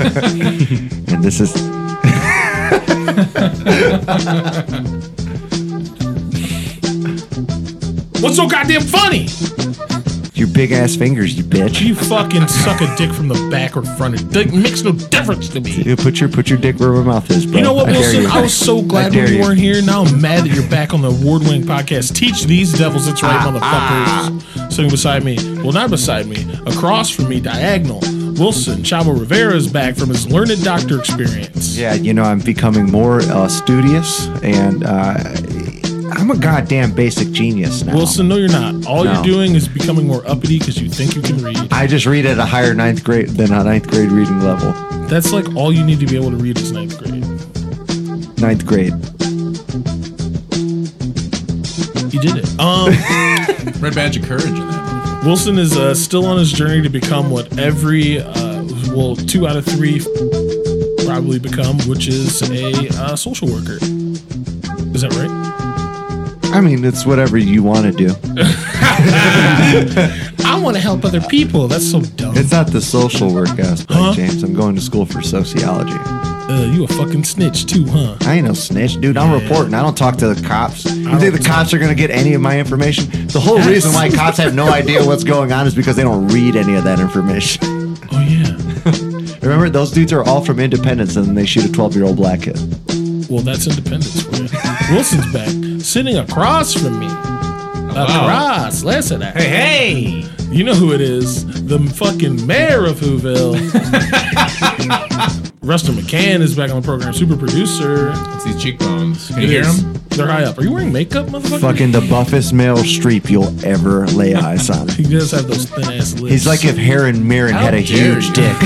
and this is. What's so goddamn funny? Your big ass fingers, you bitch. You fucking suck a dick from the back or front. It dick makes no difference to me. You put your put your dick where my mouth is, bro. You know what, I dare Wilson? you. I was so glad dare when you you. weren't here. Now I'm mad that you're back on the award-winning podcast. Teach these devils it's Ah, right, motherfuckers. Sitting beside me, well, not beside me, across from me, diagonal. Wilson Chavo Rivera is back from his learned doctor experience. Yeah, you know, I'm becoming more uh, studious, and uh, I'm a goddamn basic genius now. Wilson, no, you're not. All No. you're doing is becoming more uppity because you think you can read. I just read at a higher ninth grade than a ninth grade reading level. That's like all you need to be able to read is ninth grade. Ninth grade. You did it. Um, Red badge of courage in that. Wilson is uh, still on his journey to become what every, uh, well, two out of three probably become, which is a uh, social worker. Is that right? I mean, it's whatever you want to do. I want to help other people. That's so dumb. It's not the social work aspect, Huh? James. I'm going to school for sociology. Uh, you a fucking snitch too, huh? I ain't no snitch, dude. I'm reporting. I don't talk to the cops. You don't think the talk- cops are gonna get any of my information? The whole reason why cops have no idea what's going on is because they don't read any of that information. Oh yeah. Remember, those dudes are all from Independence, and they shoot a 12 year old black kid. Well, that's independence for you. Wilson's back, sitting across from me. Across. Listen. Hey, Oh, Hey! You know who it is? The fucking mayor of Whoville. Rustin McCann is back on the program, super producer. It's these cheekbones. Can you It hear is. them? They're high up. Are you wearing makeup, motherfucker? Fucking the buffest male streep you'll ever lay eyes on. He does have those thin ass lips. He's like if Heron Mirren had a dare huge you. dick.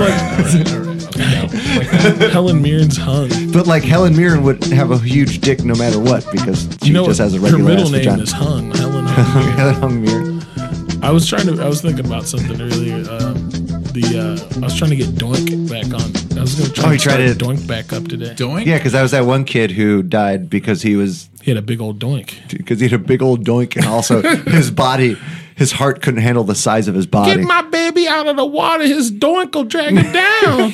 like All right. Okay, now, like that. Helen Mirren's hung. But like Helen Mirren would have a huge dick no matter what because she You know, just has a her regular middle ass name vagina. is Hung. Helen. Hung Mirren. Helen Hung Mirren. I was trying to. I was thinking about something earlier. Um, the uh, I was trying to get Doink back on. I was going to try Oh, to you start tried to- Doink back up today. Doink? Yeah, because that was that one kid who died because he was He had a big old Doink. because he had a big old doink and also his body, his heart couldn't handle the size of his Get body. my baby out of the water. His doink will drag him down.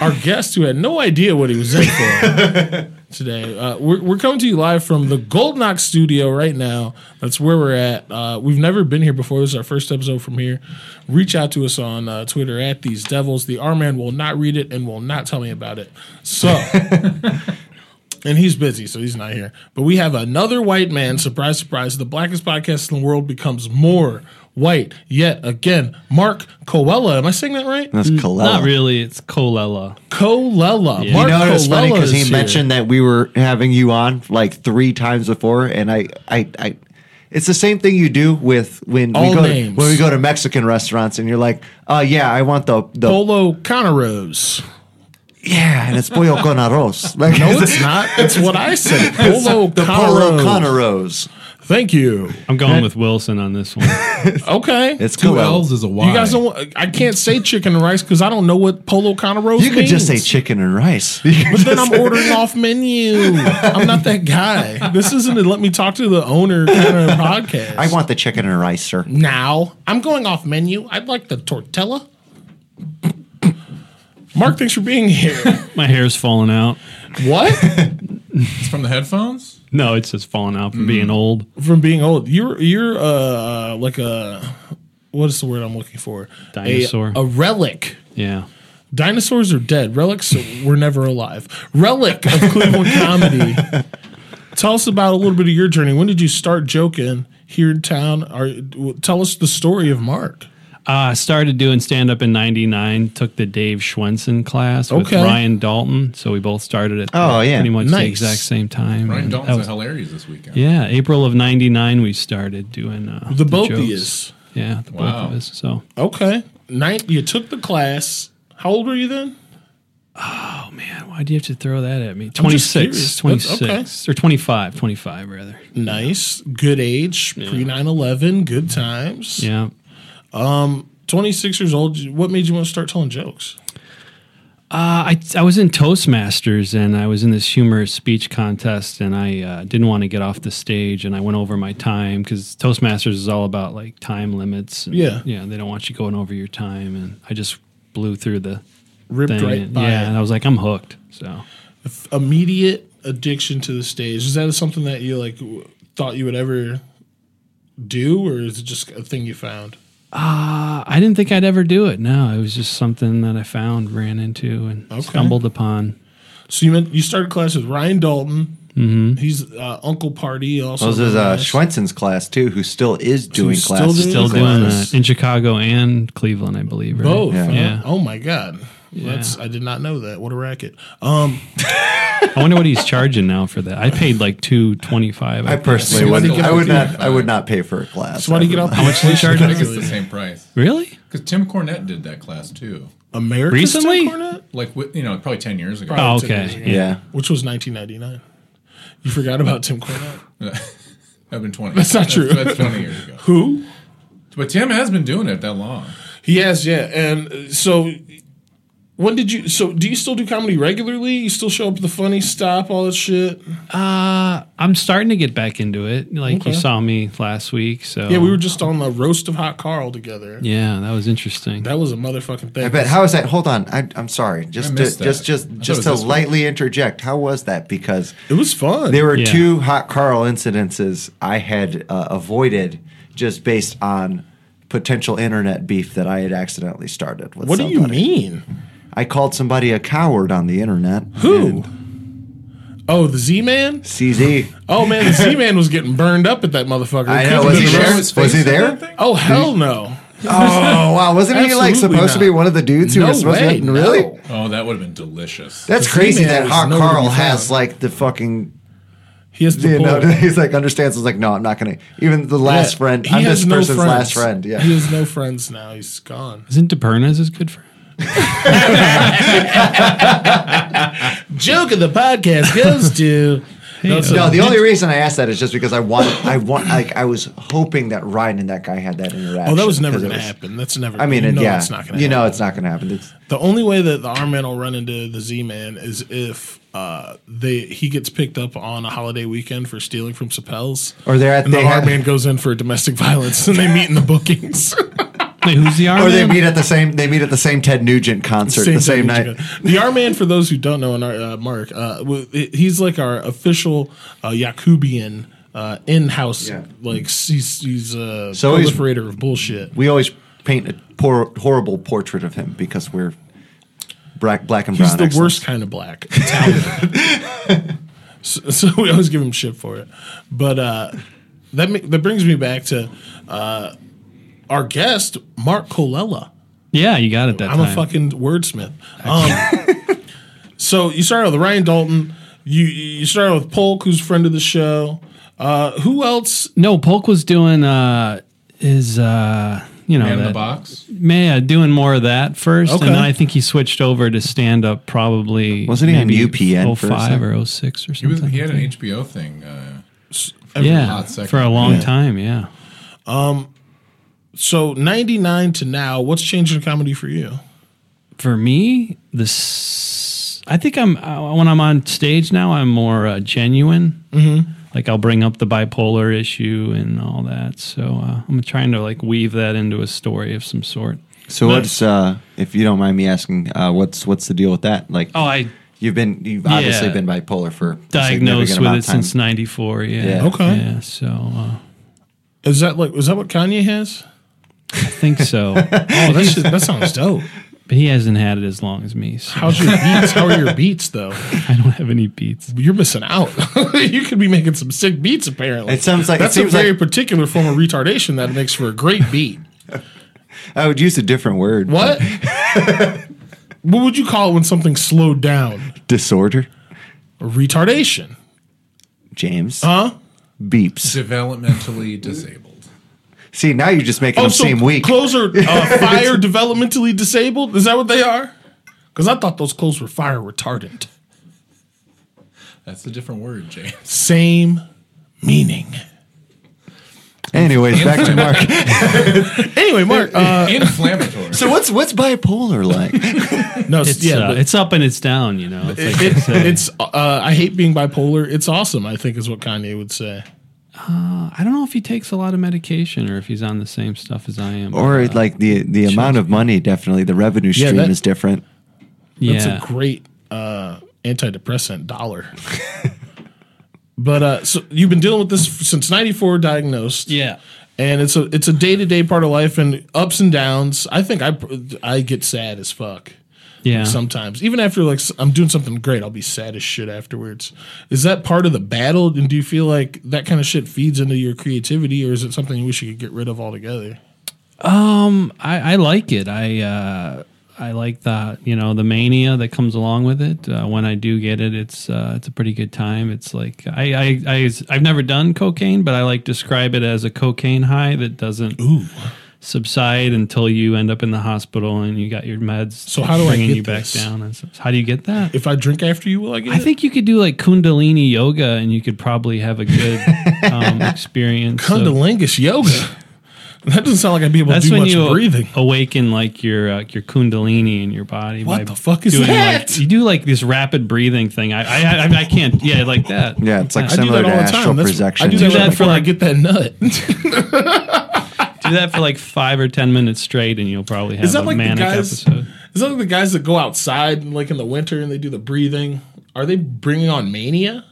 Our guest, who had no idea what he was in for today, uh, we're, we're coming to you live from the Goldnock studio right now. That's where we're at. Uh, we've never been here before. This is our first episode from here. Reach out to us on uh, Twitter at These Devils. The R Man will not read it and will not tell me about it. So. And he's busy, so he's not here. But we have another white man. Surprise, surprise. The blackest podcast in the world becomes more white yet again. Mark Colella. Am I saying that right? That's Kalella. Mm, Not really. It's Colella. Colella. Yeah. You Mark know it's funny Colella because he is here. mentioned that we were having you on like three times before, and I, I, I it's the same thing you do with when All we go names. when we go to Mexican restaurants, and you're like, oh yeah, I want the the Polo Conorose. yeah, and it's pollo con arroz. Like, No, it's not. It's what I said. Polo the pollo con Conorose. arroz. Thank you. I'm going with Wilson on this one. Okay. It's Two Kalella. L's is a Y. you guys don't. Want, I can't say chicken and rice because I don't know what Polo Conorose. You could just say means. chicken and rice. But then I'm ordering off menu. I'm not that guy. This isn't a let me talk to the owner kind of podcast. I want the chicken and rice, sir. now. I'm going off menu. I'd like the tortilla. Mark, thanks for being here. My hair's falling out. What? It's from the headphones? No, it's just falling out Mm. from being old. From being old, you're you're uh like a what is the word I'm looking for? A- Dinosaur. A, relic. Yeah. Dinosaurs are dead. Relics were never alive. Relic of Cleveland comedy. Tell us about a little bit of your journey. When did you start joking here in town? Or tell us the story of Mark. Uh, I started doing stand up in 99, took the Dave Schwenson class with Okay. Ryan Dalton. So we both started at Oh, yeah. pretty much the Nice. exact same time. Ryan And Dalton's that was- hilarious this weekend. yeah, April of 99, we started doing uh, The both of jokes. yous. Yeah, the both of Wow. us. So, Okay. Ninth, you took the class. How old were you then? man, why do you have to throw that at me? just curious. 26, That's- 26, okay. or 25, 25 rather. Nice. Good age. Pre 9 11. Good times. Yeah. 26 years old. What made you want to start telling jokes? Uh, I, I was in Toastmasters and I was in this humorous speech contest and I uh, didn't want to get off the stage and I went over my time because Toastmasters is all about like time limits. And, Yeah. Yeah. They don't want you going over your time. And I just blew through the Ripped thing. right and- by. yeah. And I was like, I'm hooked. So Immediate addiction to the stage. Is that something that you like w- thought you would ever do, or is it just a thing you found? uh, I didn't think I'd ever do it. No, it was just something that I found, ran into, and Okay. stumbled upon. So you meant you started class with Ryan Dalton. Mm-hmm. He's uh, Uncle Party. Also, Those is uh, known as- Schwentzen's class too, who still is doing still classes. doing Still Cool. doing Nice. that Uh, in Chicago and Cleveland, I believe. Right? Both. Yeah. huh? Yeah. Oh my God. That's I did not know that. What a racket. Um, I wonder what he's charging now for that. I paid like two twenty five. I personally So would. why do you I would get- not. I would not pay for a class. so why do you get off? How much they charge I think it's the same price. really Because Tim Cornette did that class too. America Recently? Like, wi- you know, probably 10 years ago. Oh, Tim okay. Cornette. Yeah. which was 1999. You forgot about Tim Cornette. I've been 20. That's not true. That's 20 years ago. Who? But Tim has been doing it that long. He has, yeah. And uh, so, when did you? So, do you still do comedy regularly? You still show up at the funny stop, all that shit? Uh, I'm starting to get back into it. Like Okay. you saw me last week, so Um, Yeah, we were just on the roast of Hot Carl together. Yeah, that was interesting. That was a motherfucking thing. I bet. How is that? Hold on. I, I'm sorry. Just to, missed that. just I just thought it just was to this one. lightly interject. How was that? Because it was fun. there were Yeah. two hot Carl incidences I had uh, avoided just based on potential internet beef that I had accidentally started. With what do you somebody. mean? I called somebody a coward on the internet. Who? and Oh, the Z Man. CZ. Oh man, the Z Man was getting burned up at that motherfucker. I It know. could've Was been he the there? roast- his Was he face on there? that thing? Oh hell no. Oh wow! Wasn't he like Absolutely supposed to not. be one of the dudes who No was supposed way, to? Really? no. Oh, that would have been delicious. That's The crazy female that is Hot nowhere to Carl be has found. like the fucking He has the you know pull. he's like understands. Is like no, I'm not gonna. Even the last Yeah. friend, He I'm has this no person's friends. last friend. Yeah, He has no friends now. He's gone. Isn't Deperna's his good friend? Joke of the podcast goes to. No, it's No, not. the only reason I asked that is just because I wanted. I want. Like I was hoping that Ryan and that guy had that interaction. Oh, that was never 'cause it going to was- happen. That's never. I mean, you it, know yeah, it's not going to. you know, happen. it's not going to happen. It's, the only way that the R man will run into the Z man is if uh, they he gets picked up on a holiday weekend for stealing from Sapels, Or they're at- and they the have- R man goes in for domestic violence, and they meet in the bookings. Wait, who's the or they Iron Man? meet at the same. They meet at the same Ted Nugent concert the same time night. each other. The R man, for those who don't know, and our, uh, Mark, uh, w- he's like our official uh, Yakubian uh, in-house. Yeah. Like he's, he's a So he's- proliferator of bullshit. We always paint a poor, horrible portrait of him because we're black, black and brown. He's the excellence. worst kind of black. Italian. so, so we always give him shit for it. But uh, that ma- that brings me back to uh, our guest, Mark Colella. Yeah, you got it that I'm time. a fucking wordsmith. Um, so you started with Ryan Dalton. You you started with Polk, who's a friend of the show. Uh, who else? no, Polk was doing uh his uh you know Man in the that- box. Yeah, doing more of that first, Okay. and then I think he switched over to stand up. Probably Wasn't he on UPN for a 05 sec? or 06 or He, was, something? he had an HBO thing. Uh, yeah, hot second. for a long Yeah. time. Yeah. So 99 to now, what's changed in comedy for you? for me, this I think I'm uh, when I'm on stage now, I'm more uh, genuine. Mm-hmm. Like I'll bring up the bipolar issue and all that. So uh, I'm trying to like weave that into a story of some sort. So what's uh, if you don't mind me asking, uh, what's what's the deal with that? Like, Oh, I you've been you've obviously Yeah. been bipolar for a diagnosed significant with amount it of time. since '94. Yeah. Yeah. Okay. Yeah. So uh, Is that like is that what Kanye has? I think Oh, so. that shit, that sounds dope. but he hasn't had it as long as me. So How's your beats? How are your beats though? I don't have any beats. You're missing out. you could be making some sick beats apparently. It sounds like- it that's seems a very like- particular form of retardation that makes for a great beat. I would use a different word. What? what would you call it when something's slowed down? disorder? Retardation. James Huh? beeps. developmentally disabled. See, now you're just making Oh, them so seem weak. clothes are uh, fire developmentally disabled. Is that what they are? Because I thought those clothes were fire retardant. That's a different word, James. Same meaning. Anyways, back to Mark. Anyway, Mark. Uh, Inflammatory. so what's what's bipolar like? no, It's, yeah, uh, but- it's up and it's down, you know. It's like It- it's uh, I hate being bipolar. It's awesome. I think is what Kanye would say. I don't know if he takes a lot of medication or if he's on the same stuff as I am. or Uh, like the the amount of money definitely the revenue Yeah, stream that- is different. That's yeah, a great uh, antidepressant dollar. but uh, so you've been dealing with this since '94, diagnosed. yeah. and it's a it's a day to day part of life and ups and downs. I think I I get sad as fuck. Yeah. sometimes. Even after like s- I'm doing something great, I'll be sad as shit afterwards. Is that part of the battle? And do you feel like that kind of shit feeds into your creativity, or is it something you wish you could get rid of altogether? Um, I, I like it. I uh, I like the you know the mania that comes along with it. Uh, when I do get it, it's uh, it's a pretty good time. It's like I, I I I've never done cocaine, but I like describe it as a cocaine high that doesn't subside until you end up in the hospital and you got your meds. So how do I bringing get you back this? down? And so, how do you get that? If I drink after you, will I get I it? think you could do like Kundalini yoga, and you could probably have a good um, experience. of- Kundalingus yoga. That doesn't sound like I'd be able to that's do when much you breathing. awaken like your uh, your kundalini in your body. What by the fuck is doing, that? Like, you do like this rapid breathing thing. I I, I, I can't. Yeah, like that. Yeah, it's like I do similar that to all the astral time. That's, projection. I do that, Do that before for I like- get that nut. Do that for like five or ten minutes straight, and you'll probably have Is that a like the manic guys? episode. Is that like the guys that go outside like in the winter and they do the breathing? Are they bringing on mania?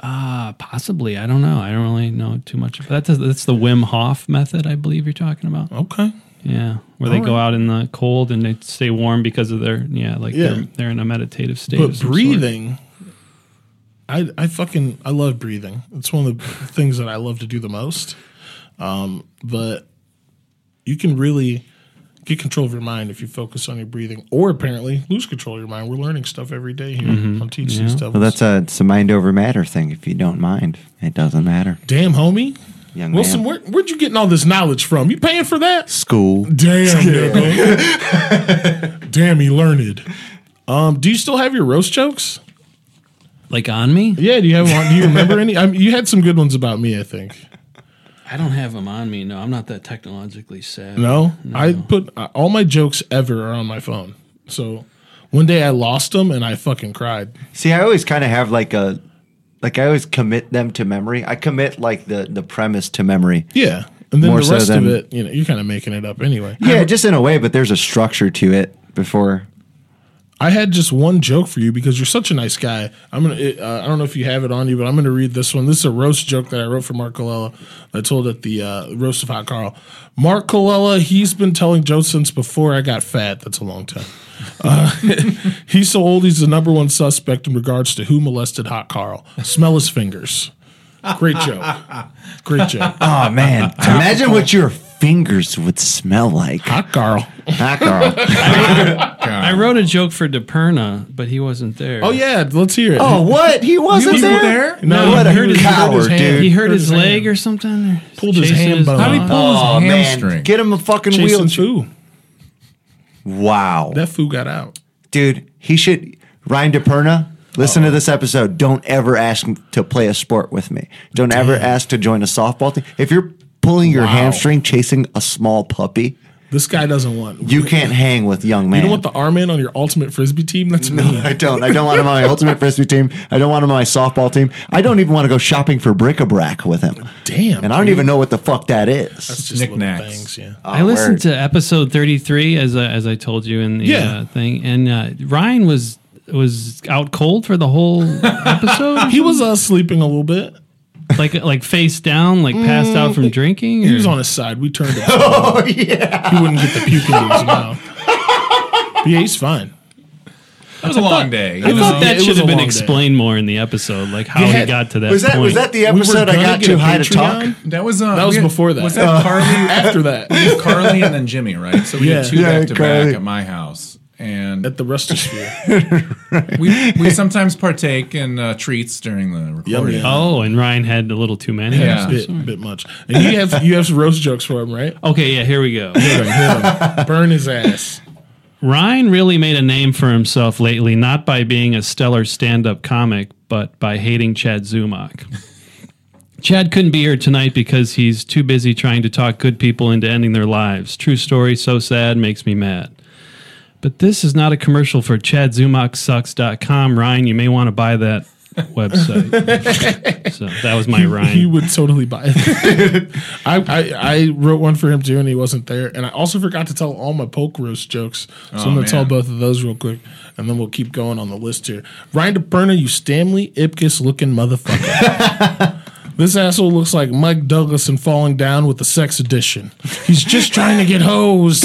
Uh, possibly. I don't know. I don't really know too much. That's that's the Wim Hof method, I believe you're talking about. Okay. Yeah, where they go out in the cold and they stay warm because of their yeah, like Yeah. they're they're in a meditative state. of But some sort. breathing, I I fucking I love breathing. It's one of the things that I love to do the most. Um, but you can really get control of your mind if you focus on your breathing, or apparently lose control of your mind. We're learning stuff every day here on Teach These Devils. Mm-hmm. Well, that's a it's a mind over matter thing. If you don't mind, it doesn't matter. damn, homie. Young Wilson, man. where, where'd you getting all this knowledge from? You paying for that? School. Damn, nigga. damn, he learned. Um, do you still have your roast jokes? like on me. Yeah, do you have one? Do you remember any? I mean, you had some good ones about me, I think. I don't have them on me. No, I'm not that technologically savvy. No, I put uh, all my jokes ever are on my phone. So one day I lost them and I fucking cried. See, I always kind of have like a like I always commit them to memory. I commit like the the premise to memory. Yeah, and then More the so rest of than- it, you know, you're kind of making it up anyway. Yeah, just in a way, but there's a structure to it before. I had just one joke for you because you're such a nice guy. I'm gonna. it, Uh, I don't know if you have it on you, but I'm gonna read this one. This is a roast joke that I wrote for Mark Colella. I told at the uh, roast of Hot Carl. Mark Colella, he's been telling jokes since before I got fat. That's a long time. Uh, he's so old. He's the number one suspect in regards to who molested Hot Carl. Smell his fingers. Great joke. Great joke. Oh man, imagine what your fingers would smell like. Hot Carl. Ah, Carl. I wrote a joke for DePerna, but he wasn't there. Um, Oh yeah, let's hear it. Oh, what? He wasn't He was there. there? No, what he a hurt his- he hurt his coward, hand. dude. he hurt hurt his, his leg hand. or something. Pulled his Chasing hand bone. dog. How'd he pull his oh man, hamstring? get him a fucking Jason wheelchair. Fu. Wow, That foo got out. dude, he should. Ryan DePerna, listen to this episode. Don't ever ask to play a sport with me. Don't ever ask to join a softball team. If you're pulling your hamstring chasing a small puppy, This guy doesn't want. you can't hang with young man. You don't want the arm in on your ultimate frisbee team? That's no, me. I don't. I don't want him on my ultimate frisbee team. I don't want him on my softball team. I don't even want to go shopping for bric-a-brac with him. Damn. And I don't even know what the fuck that It's is. just little Knickknacks. things, yeah. I Oh, listened word. to episode 33 as I, as I told you in the Yeah. uh, thing, and uh, Ryan was was out cold for the whole episode. He was uh, sleeping a little bit. like like face down, like passed out from drinking. Mm. He or- was on his side. We turned him. oh yeah. He wouldn't get the puke in his mouth. But yeah, he's fine. That was a long day. I you know? thought it that was should have a been long day. explained more in the episode, like how Yeah. he got to that was that point. was that the were episode I gonna got get too a high to talk? Patreon? that was uh, That was we had- before that. Was that Uh, Carly? After that, It was Carly and then Jimmy, right? So we had Yeah. two Yeah, back to Carly. back at my house, and at the Rustisphere. we we sometimes partake in uh, treats during the recording. yum. Oh, and Ryan had a little too many. Yeah. bit, bit much. And you have you have some roast jokes for him, right? Okay, yeah, here we go. Hit him, hit him. Burn his ass. Ryan really made a name for himself lately, not by being a stellar stand up comic, but by hating Chad Zumach. Chad couldn't be here tonight because he's too busy trying to talk good people into ending their lives. True story, so sad, makes me mad. But this is not a commercial for ChadZumockSucks.com. Ryan, you may want to buy that website. so that was my He Ryan. would totally buy it. I, I I wrote one for him too, and he wasn't there. And I also forgot to tell all my poke roast jokes, so I'm Oh, gonna tell man. both of those real quick, and then we'll keep going on the list here. Ryan DeBerna, you Stanley Ipkiss looking motherfucker. This asshole looks like Mike Douglas in Falling Down with the Sex Edition. He's just trying to get hosed.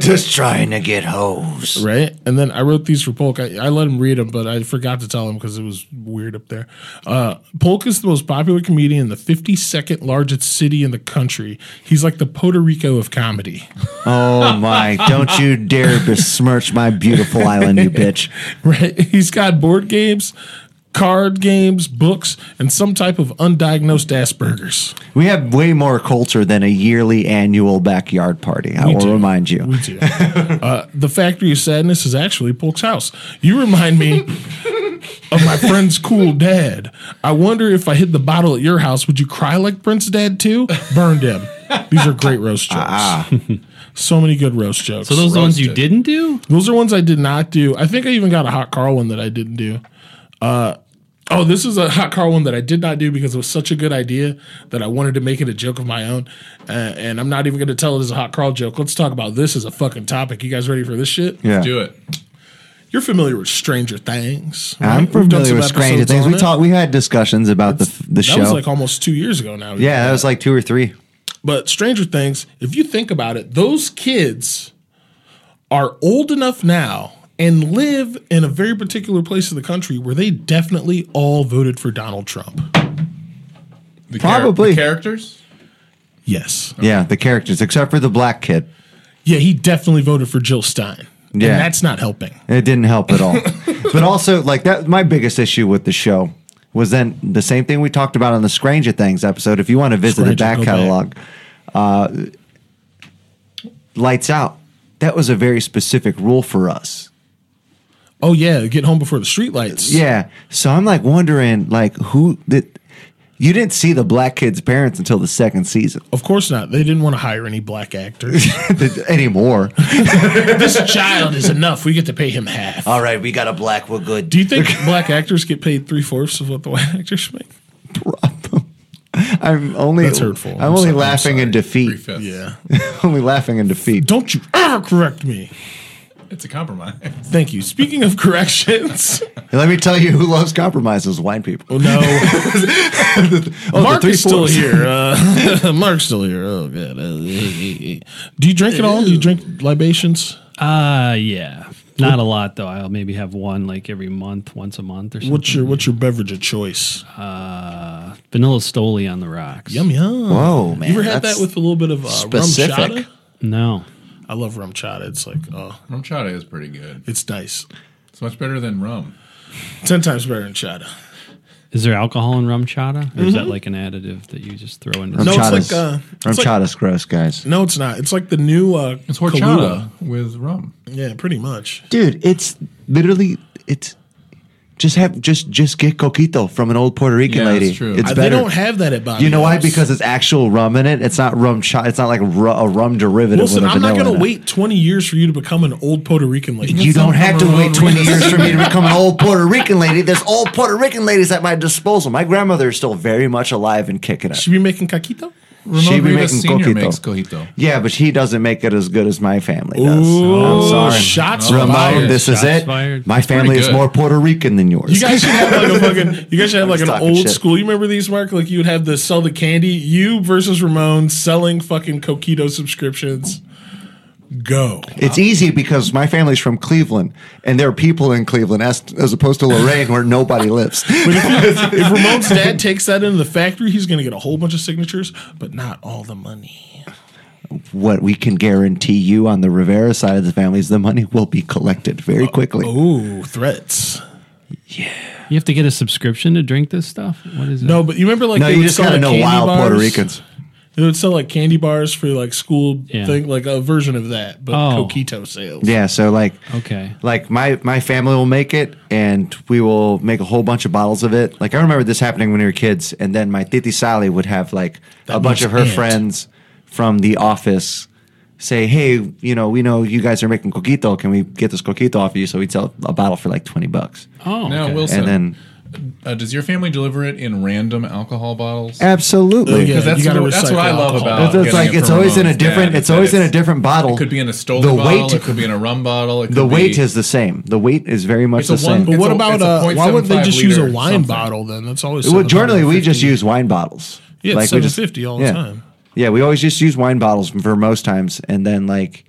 Just trying to get hoes. Right? And then I wrote these for Polk. I, I let him read them, but I forgot to tell him because it was weird up there. Uh, Polk is the most popular comedian in the 52nd largest city in the country. He's like the Puerto Rico of comedy. Oh my! Don't you dare besmirch my beautiful island, you bitch. Right? He's got board games, card games, books, and some type of undiagnosed Asperger's. We have way more culture than a yearly annual backyard party. I will do. remind you. We do. uh, the Factory of Sadness is actually Polk's house. You remind me of my friend's cool dad. I wonder if I hid the bottle at your house, would you cry like Prince Dad too? Burned him. These are great roast jokes. so many good roast jokes. So those are the ones you didn't do? Those are ones I did not do. I think I even got a hot car one that I didn't do. Uh, oh, this is a hot car one that I did not do because it was such a good idea that I wanted to make it a joke of my own. Uh, and I'm not even going to tell it as a hot car joke. Let's talk about this as a fucking topic. You guys ready for this shit? Yeah, Do it. You're familiar with Stranger Things. right? I'm We've done familiar some with Stranger episodes Things. on We it. talked. We had discussions about the the That show. was like almost two years ago now. yeah, that was like two or three. But Stranger Things, if you think about it, those kids are old enough now and live in a very particular place of the country where they definitely all voted for Donald Trump. The char- Probably. the characters. Yes. Yeah, the characters, except for the black kid. Yeah, he definitely voted for Jill Stein. Yeah. And that's not helping. It didn't help at all. but also, like that, my biggest issue with the show was then the same thing we talked about on the Stranger Things episode. If you want to visit the Stranger, back go catalog, back. uh, lights out. That was a very specific rule for us. Oh, yeah, get home before the streetlights. Yeah. So I'm like wondering, like who that you didn't see the black kid's parents until the second season Of course not. They didn't want to hire any black actors. anymore. this child is enough. We get to pay him half. all right, we got a black. We're good. Do you think black actors get paid three fourths of what the white actors make? I'm only That's hurtful. I'm, I'm only sorry, I'm laughing in Three defeat. fifths. Yeah. only laughing in defeat. Don't you ever correct me. It's a compromise. Thank you. Speaking of corrections, Let me tell you who loves compromises: wine people. oh no, Mark Oh, three is still fours. here. Uh, Mark's still here. Oh god. Do you drink at all? Do you drink libations? Uh, yeah. Not a lot, though. I'll maybe have one like every month, once a month or something. What's your What's your beverage of choice? Uh, vanilla Stoli on the rocks. Yum yum. Whoa, Oh, man! You ever had that that's- with a little bit of uh, rum specific. chata? No. I love rum chata. It's like oh, Rum chata is pretty good. it's nice. It's much better than rum. Ten times better than chata. Is there alcohol in rum chata, or is that like an additive that you just throw into? Rum No, it's chata's- like, uh, rum it's like- chata's gross, guys. No, it's not. It's like the new. Uh, It's horchata with rum. Kahlua. Yeah, pretty much. Dude, it's literally it's just have just just get coquito from an old Puerto Rican Yeah, that's lady. true. It's Uh, better. they don't have that at Bobby. you know why? Joe's. Because it's actual rum in it. It's not rum chata. It's not like ru- a rum derivative. Wilson, with a I'm not vanilla going in to it. wait 20 years for you to become an old Puerto Rican lady. You don't have to Rum wait 20 with- years for me to become an old Puerto Rican lady. There's old Puerto Rican ladies at my disposal. My grandmother is still very much alive and kicking it. Should we be making caquito? She Ramon be Rivas making Senior coquito. makes cojito. Yeah, but he doesn't make it as good as my family does. I'm sorry. Shots Ramon, fired. this is Shots it. fired. My family is good. more Puerto Rican than yours. You guys should have like a fucking. You guys should have like just an talking old shit. school. You remember these, Mark? Like you would have the sell the candy. You versus Ramon selling fucking coquito subscriptions. Go. it's easy because my family's from Cleveland, and there are people in Cleveland as, as opposed to Lorraine, where nobody lives. If Ramon's dad takes that into the factory, he's gonna get a whole bunch of signatures, but not all the money. what we can guarantee you on the Rivera side of the family is the money will be collected very quickly. Ooh, threats. You have to get a subscription to drink this stuff. What is it? No, but you remember like no, they you would just sell gotta the know candy wild Puerto bars? Ricans. They would sell like candy bars for like school Yeah. thing, like a version of that, but Oh. coquito sales. Yeah, so like Okay. like my my family will make it and we will make a whole bunch of bottles of it like i remember this happening when we were kids and then my titi sally would have like a bunch means of her aunt. friends from the office say hey you know we know you guys are making coquito can we get this coquito off of you so we sell a bottle for like 20 bucks Oh. Now, okay. Wilson, and then uh, does your family deliver it in random alcohol bottles? absolutely Yeah, Because that's, you gotta what- that's recycle what I love alcohol. about. It's- it's getting like it it's from always in a Ramon's dad, different. is It's that always in a different bottle. It could be in a Stoli The bottle. weight- it could be in a rum bottle. It could the weight be, is the same. The weight is very much It's a the same. one- But what a- about it's a uh, why would they 0.75 just use a liter wine something. bottle then? That's always well, seven generally hundred we fifty. just use wine bottles. yeah Like, like we just- 750 all the yeah. time. Yeah, we always just use wine bottles for most times, and then like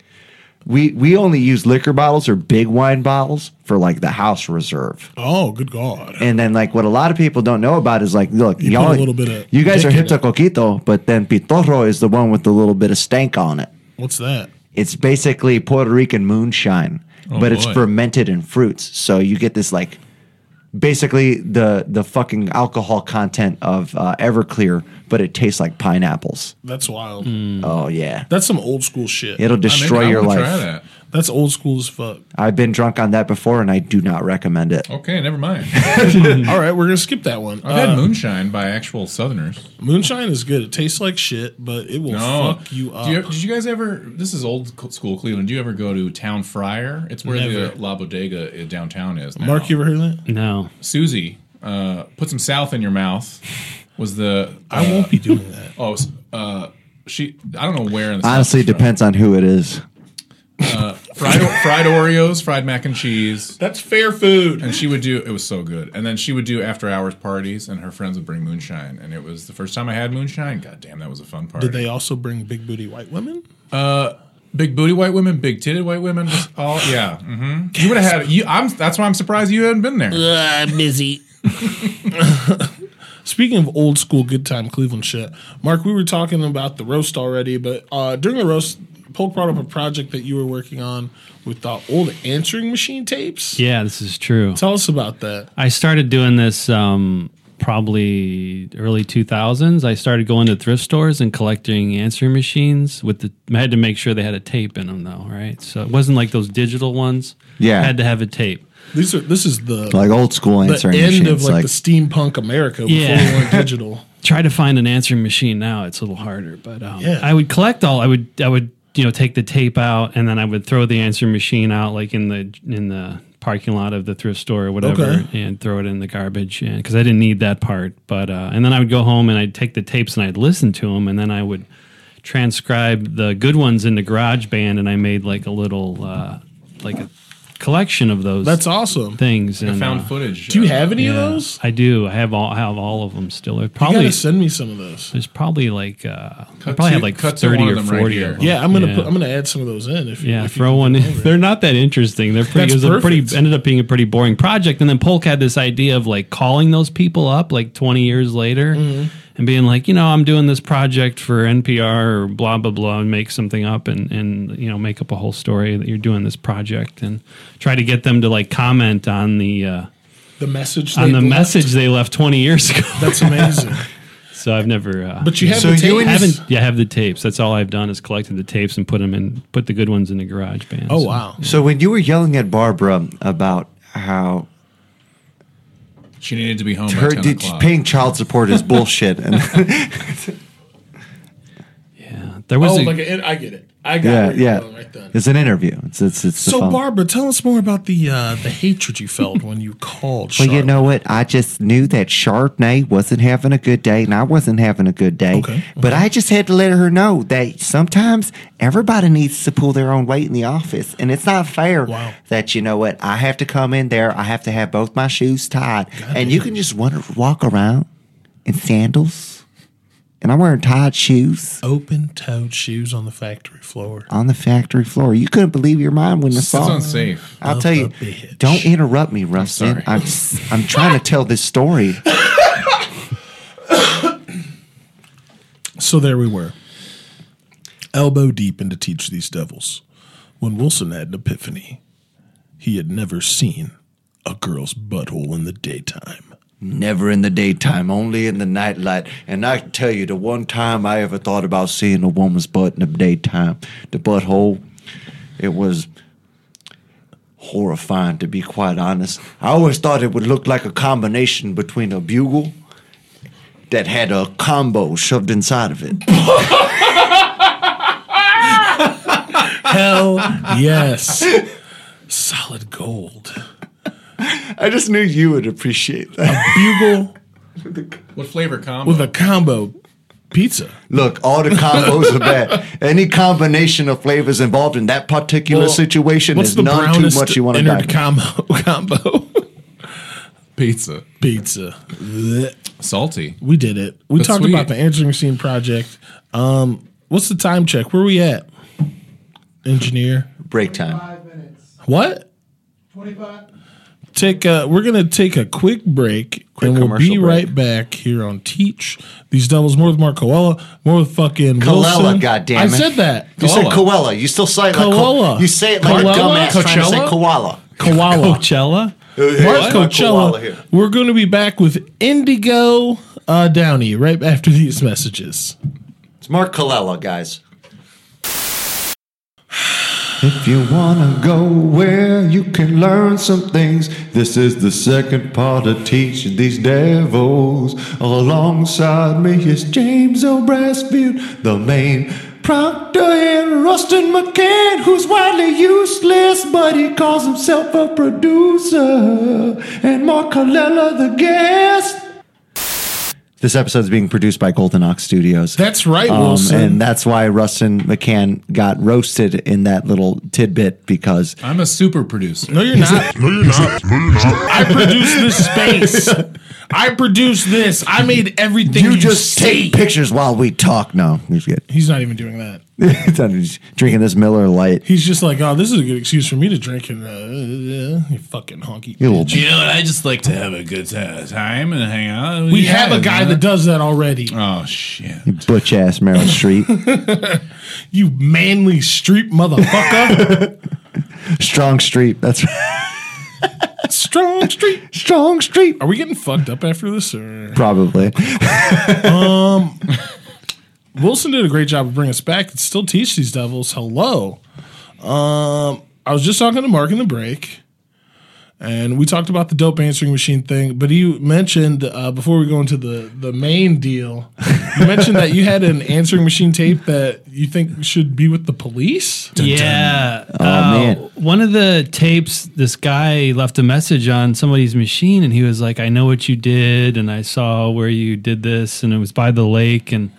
we we only use liquor bottles or big wine bottles for like the house reserve. Oh, good god! And then like what a lot of people don't know about is like look, you put all a little bit of you guys are dick in hip to it. coquito, but then pitorro is the one with the little bit of stank on it. What's that? It's basically Puerto Rican moonshine, but it's boy. fermented in fruits. So you get this like basically the the fucking alcohol content of uh, Everclear, but it tastes like pineapples. That's wild. Hmm. Oh yeah. That's some old school shit. It'll I mean, destroy I your wanna life. Try that. That's old school as fuck. I've been drunk on that before and I do not recommend it. Okay, never mind. All right, we're gonna skip that one. I've had Uh, moonshine by actual Southerners. moonshine is good. It tastes like shit, but it will No, fuck you up. Do did you guys ever? This is old co- school Cleveland. Do you ever go to Town Friar? It's where Never. the La Bodega uh, downtown is. Now. Mark, you ever heard of that? No. Susie, uh, put some south in your mouth. Was the I won't be doing that. oh s- uh, she? I don't know where in the South Honestly, it's it depends on who it is. from. Fried, o- fried Oreos, fried mac and cheese. That's fair food. And she would do it was so good. And then she would do after hours parties, and her friends would bring moonshine. And it was the first time I had moonshine. God damn, that was a fun party. Did they also bring big booty white women? Big booty white women, big titted white women, just all yeah. hmm You would have had you. I'm that's why I'm surprised you hadn't been there. Uh, I'm busy. Speaking of old school good time Cleveland shit, Mark, we were talking about the roast already, but uh, during the roast, Polk brought up a project that you were working on with the old answering machine tapes. Yeah, this is true. Tell us about that. I started doing this um, probably early 2000s. I started going to thrift stores and collecting answering machines with the. I had to make sure they had a tape in them though, right? So it wasn't like those digital ones. Yeah. had to have a tape. These are this is the Like old school the answering end machines. of like, like, the steampunk America before Yeah. we went digital. Try to find an answering machine now; it's a little harder. But um, Yeah. I would collect all. I would I would you know take the tape out and then I would throw the answering machine out like in the in the parking lot of the thrift store or whatever Okay. and throw it in the garbage because I didn't need that part. But uh, and then I would go home and I'd take the tapes and I'd listen to them and then I would transcribe the good ones into GarageBand and I made like a little uh, like a collection of those That's awesome. things. And, Found uh, footage. Do you have any of yeah, those? I do. I have all I have all of them still. I You Probably gotta send me some of those. there's probably like uh, I Cut probably to- have like cut to thirty one of or them right forty. here. of them. Yeah, I'm gonna Oh, Yeah. put, I'm gonna add some of those in. If you, Yeah, if you throw can one get in. over it. They're not that interesting. They're pretty. That's It was a pretty perfect. ended up being a pretty boring project. And then Polk had this idea of like calling those people up like 20 years later Mm-hmm. and being like, you know, I'm doing this project for NPR or blah blah blah, and make something up and and you know make up a whole story that you're doing this project and try to get them to like comment on the uh, The message. on they the left, message they left 20 years ago. That's amazing. so I've never. Uh, But you have So the you tape. and your I haven't. Yeah, I have the tapes. That's all I've done is collected the tapes and put them in, put the good ones in the garage band. oh So- wow. so when you were yelling at Barbara about how She needed to be home. her by 10 did, o'clock. paying child support is bullshit, and yeah. There was Oh, a, like an, I get it. I got yeah, where you're yeah, going right then. it's an interview. It's it's it's the So phone. Barbara, tell us more about the uh, the hatred you felt when you called. Well, you Charlotte. know what? I just knew that Chardonnay wasn't having a good day, and I wasn't having a good day. Okay, But I just had to let her know that sometimes everybody needs to pull their own weight in the office, and it's not fair Wow. that you know what I have to come in there. I have to have both my shoes tied, and you can just wonder, walk around in sandals, and I'm wearing tied shoes open toed shoes on the factory floor. on the factory floor. You couldn't believe your mind when you That's saw. it. unsafe. I'll Love tell the you. bitch. Don't interrupt me, Rustin. sorry. I'm, I'm trying to tell this story. So there we were, elbow deep into teach these devils. When Wilson had an epiphany, he had never seen a girl's butthole in the daytime. Never in the daytime, only in the nightlight. And I can tell you, the one time I ever thought about seeing a woman's butt in the daytime, the butthole, it was horrifying, to be quite honest. I always thought it would look like a combination between a bugle that had a combo shoved inside of it. Hell yes. Solid gold. I just knew you would appreciate that. Bugle What flavor combo? with a combo pizza. Look, all the combos are bad. Any combination of flavors involved in that particular Well, situation What's is the none too brownest much you want to entered die. combo combo? pizza. pizza. Blech. Salty. We did it. We That's talked sweet. about the answering machine project. Um, what's the time check? Where we at? Engineer. Break time. Five minutes. What? 25. Take a, we're gonna take a quick break and we'll be commercial break. right back here on Teach These Devils. More with Mark Coella, more with fucking Coella, Wilson. goddammit. I said that. You said Koala. koala. You still say it like Koala. koala. You say it like Koala? a dumbass trying to say Coachella? koala. Koala. Coachella. Mark What? Koala Coachella. here. We're gonna be back with Indigo uh, Downey right after these messages. It's Mark Colella, guys. If you wanna go where you can learn some things, this is the second part of teaching these devils. Alongside me is James O'Brassfield, the main proctor, and Rustin McCann, who's widely useless, but he calls himself a producer, and Mark Colella, the guest. This episode is being produced by Golden Ox Studios. That's right, Um, Wilson. and that's why Rustin McCann got roasted in that little tidbit because I'm a super producer. No, you're not. no, you're not. I produce this space. I produce this. I made everything you, you just see. take pictures while we talk. No, he's good. He's not even doing that. He's drinking this Miller Light. He's just like, oh, this is a good excuse for me to drink and uh, uh, uh, you fucking honky. You little bitch." You know what? I just like to have a good uh, time and hang out. We have a guy that does that already. Uh. Oh shit! butch ass Meryl Streep. You manly street motherfucker. Strong Streep. That's right. Strong street. Strong Streep. Are we getting fucked up after this? Or? Probably. Wilson did a great job of bringing us back. It's still teach these devils. Hello. Um, I was just talking to Mark in the break, and we talked about the dope answering machine thing. But you mentioned uh, before we go into the the main deal, you mentioned that you had an answering machine tape that you think should be with the police. yeah. Oh man. One of the tapes, this guy left a message on somebody's machine, and he was like, "I know what you did, and I saw where you did this, and it was by the lake, and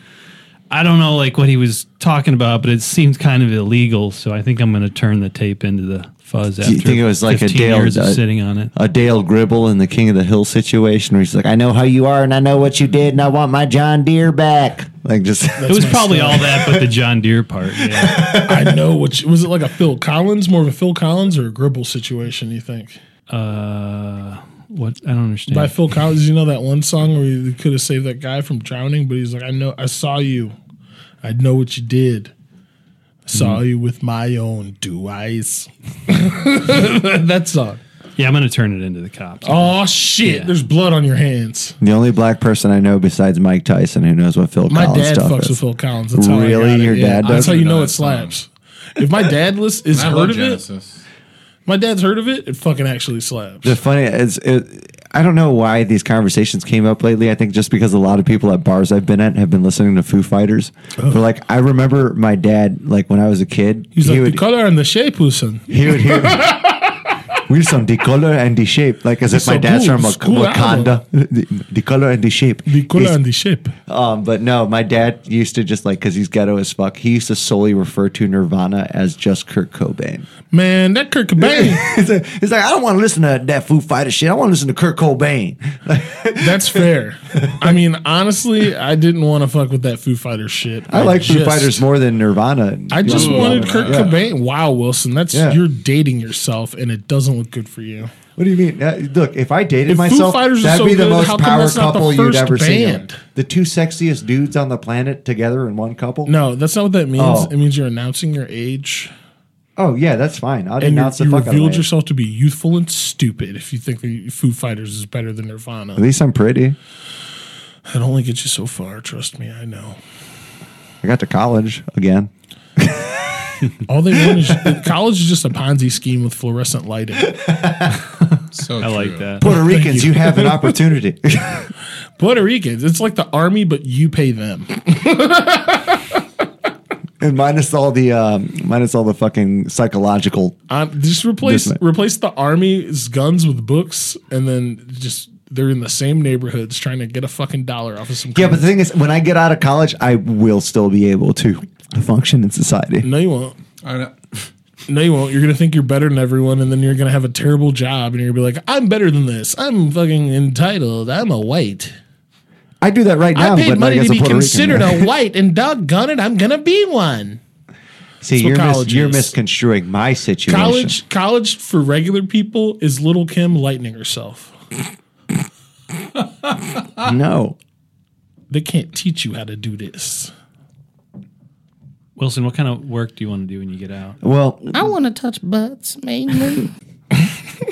I don't know like what he was talking about, but it seems kind of illegal. So I think I'm going to turn the tape into the fuzz after you think it was like a 15 Dale years of Dud- sitting on it. A Dale Gribble in the King of the Hill situation where he's like, I know how you are and I know what you did and I want my John Deere back. Like just It was probably all that, but the John Deere part. Yeah. I know which was it like a Phil Collins, more of a Phil Collins or a Gribble situation? You think? Uh, what I don't understand. By Phil Collins, you know that one song where he could have saved that guy from drowning, but he's like, I know, I saw you. I know what you did. I saw you with my own two eyes. that song. yeah, I'm going to turn it into the cops. Oh, shit. There's blood on your hands. the only black person I know besides Mike Tyson who knows what Phil My Collins dad stuff fucks is. with Phil Collins. That's how I Really? got it. Your dad does? That's how I you don't know know it that song. slaps. If my dad list is I heard love of it, Genesis. my dad's heard of it, it fucking actually slaps. The funny is, it, I don't know why these conversations came up lately. I think just because a lot of people at bars I've been at have been listening to Foo Fighters. Oh. They're like, I remember my dad, like when I was a kid, He's he like, the would color and the shape, Wilson. he would hear. We're some the color and the shape, like as if So my dad's cool, from it's cool Wakanda. The, the color and the shape. The color He's- and the shape. um, but no, my dad used to just like because he's ghetto as fuck. He used to solely refer to Nirvana as just Kurt Cobain. Man, that Kurt Cobain. He's like, he's like, I don't want to listen to that Foo Fighter shit. I want to listen to Kurt Cobain. That's fair. I mean, honestly, I didn't want to fuck with that Foo Fighters shit. I like Foo just- Fighters more than Nirvana. I just Ooh. wanted Kurt Yeah. Cobain. Wow, Wilson, that's Yeah. you're dating yourself, and it doesn't look good for you. What do you mean? Uh, look, if I dated If Foo myself, Fighters are that'd so be the good, how most come power that's not the couple you'd first ever band? seen. The two sexiest dudes on the planet together in one couple. No, that's not what that means. Oh. It means you're announcing your age. Oh yeah, that's fine. I'll And you, denounce the you fuck out of revealed it. yourself to be youthful and stupid if you think the Foo Fighters is better than Nirvana. At least I'm pretty. I'd only get you so far. Trust me, I know. I got to college again. All they want is college is just a Ponzi scheme with fluorescent lighting. So I like true. that. Puerto Ricans, you. have an opportunity. Puerto Ricans, it's like the army, but you pay them. and minus all the um, minus all the fucking psychological. Um, just replace Listen. replace the army's guns with books, and then just they're in the same neighborhoods trying to get a fucking dollar off of some. Yeah, but criminal. the thing is, when I get out of college, I will still be able to function in society. no, you won't. I don't- No, you won't. You're gonna think you're better than everyone, and then you're gonna have a terrible job, and you're gonna be like, "I'm better than this. I'm fucking entitled. I'm a white. I do that right now, I paid but money like, as to a be Puerto considered Rican, a white, and doggone it, I'm gonna be one." See, what you're, mis- college you're is. misconstruing my situation. College, college for regular people is Little Kim lightning herself. No. They can't teach you how to do this. Wilson, what kind of work do you want to do when you get out? Well, I want to touch butts mainly.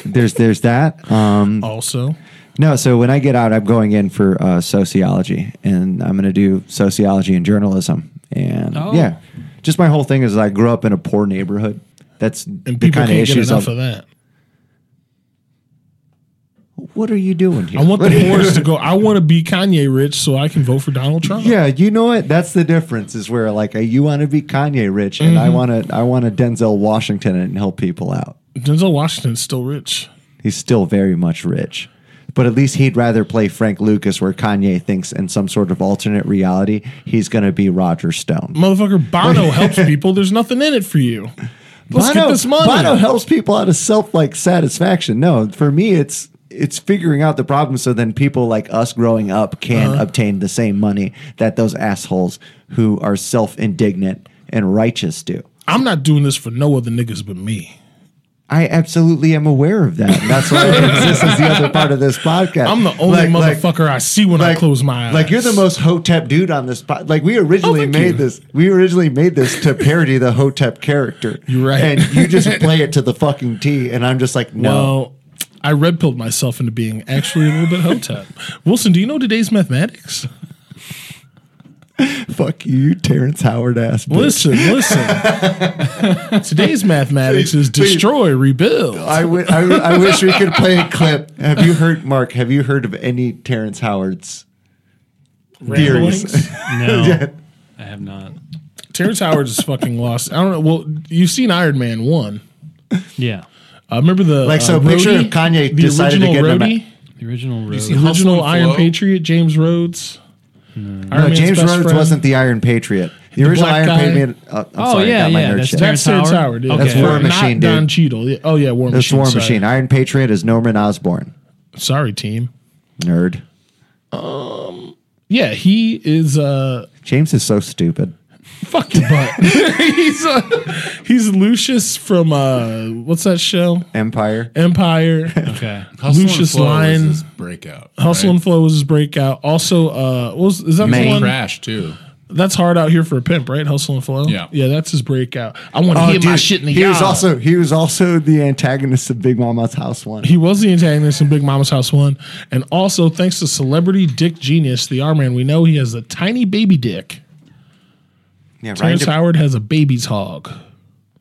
there's there's that. Um, also, No, so when I get out, I'm going in for uh, sociology, and I'm going to do sociology and journalism, and Oh. yeah, just my whole thing is I grew up in a poor neighborhood. That's and the people kind can't of get issues. enough I'm- of that. what are you doing here? I want the whores to go. I want to be Kanye rich so I can vote for Donald Trump. yeah, you know what? That's the difference. Is where like you want to be Kanye rich, and Mm-hmm. I want to I want to Denzel Washington and help people out. Denzel Washington's still rich. He's still very much rich. But at least he'd rather play Frank Lucas, where Kanye thinks in some sort of alternate reality he's going to be Roger Stone. Motherfucker, Bono helps people. There's nothing in it for you. Let's get this money. Bono helps people out of self like satisfaction. No, for me, it's it's figuring out the problem so then people like us growing up can Uh-huh. obtain the same money that those assholes who are self indignant and righteous do. I'm not doing this for no other niggas but me. I absolutely am aware of that. And that's why this is the other part of this podcast. I'm the only Like- like- motherfucker I see when I close my eyes. Oh, Like you're the most Hotep dude on this. Po- like we originally thank made you. this. We originally made this to parody the Hotep character. You're right. And you just play it to the fucking T. And I'm just like, no. Well, I red pilled myself into being actually a little bit hotep. Wilson, do you know today's mathematics? Fuck you, you Terrence Howard ass bitch. Listen, listen. today's mathematics is destroy, rebuild. I, w- I, w- I wish we could play a clip. Have you heard, Mark? Have you heard of any Terrence Howard's? Theories. Ramblings. No, I have not. Terrence Howard is fucking lost. I don't know. Well, you've seen Iron Man one. Yeah, I remember the Like, so uh, picture Rhodey, if Kanye decided to original get him a- Rhodey, the original road. see- the original Hustle and Iron Flow. Patriot, James Rhodes. Iron No, Man's James best Rhodes friend. wasn't the Iron Patriot. The, original black Iron guy. Patriot. Oh, I'm Oh, sorry, I yeah, got my yeah, nerd that's shit. That's Terrence Terrence Howard. Howard? yeah. Okay. That's War Not Machine, Don dude. Cheadle. Yeah. Oh yeah, War That's Machine. War sorry. Machine. Iron Patriot is Norman Osborn. Sorry, team. Nerd. Yeah, he is uh James is so stupid. fuck your butt. he's uh, he's Lucius from uh what's that show? Empire. Empire. Okay, Hustle and Lucius Flow is Lyon. his breakout. Hustle right? and Flow was his breakout. Also, uh, what was, is that Man. the one? Crash too. That's hard out here for a pimp, right? Hustle and Flow. Yeah. yeah, that's his breakout. I want to Oh, hit my dude, shit in the he yard. was also he was also the antagonist of Big Mama's House One. he was the antagonist in Big Mama's House One, and also thanks to celebrity Dick Genius, the R Man, we know he has a tiny baby dick. Yeah, Ryan, Terrence De- Howard has a baby's hog.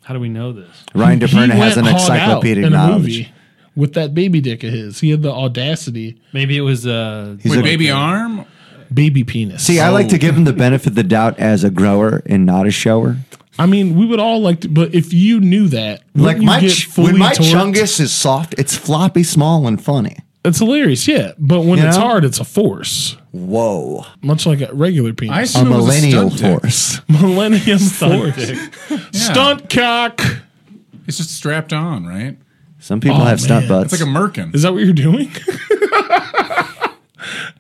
how do we know this? Ryan DePerna He has an went hog out encyclopedic in a knowledge. movie with that baby dick of his. He had the audacity, Maybe it was uh, He's Wait, a- baby arm. baby penis. See, I like to Oh. give him the benefit of the doubt as a grower and not a shower. I mean, we would all like to, but if you knew that, Like wouldn't you my get ch- fully when my torqued? chungus is soft, it's floppy, small, and funny. It's hilarious, yeah. But when You it's know? hard, it's a force, Whoa, much like a regular penis. I a assume it was millennial stunt dick. horse. Millennium force. Yeah. Stunt cock. It's just strapped on, right? Some people Oh, have stunt man. butts. It's like a merkin. Is that what you're doing?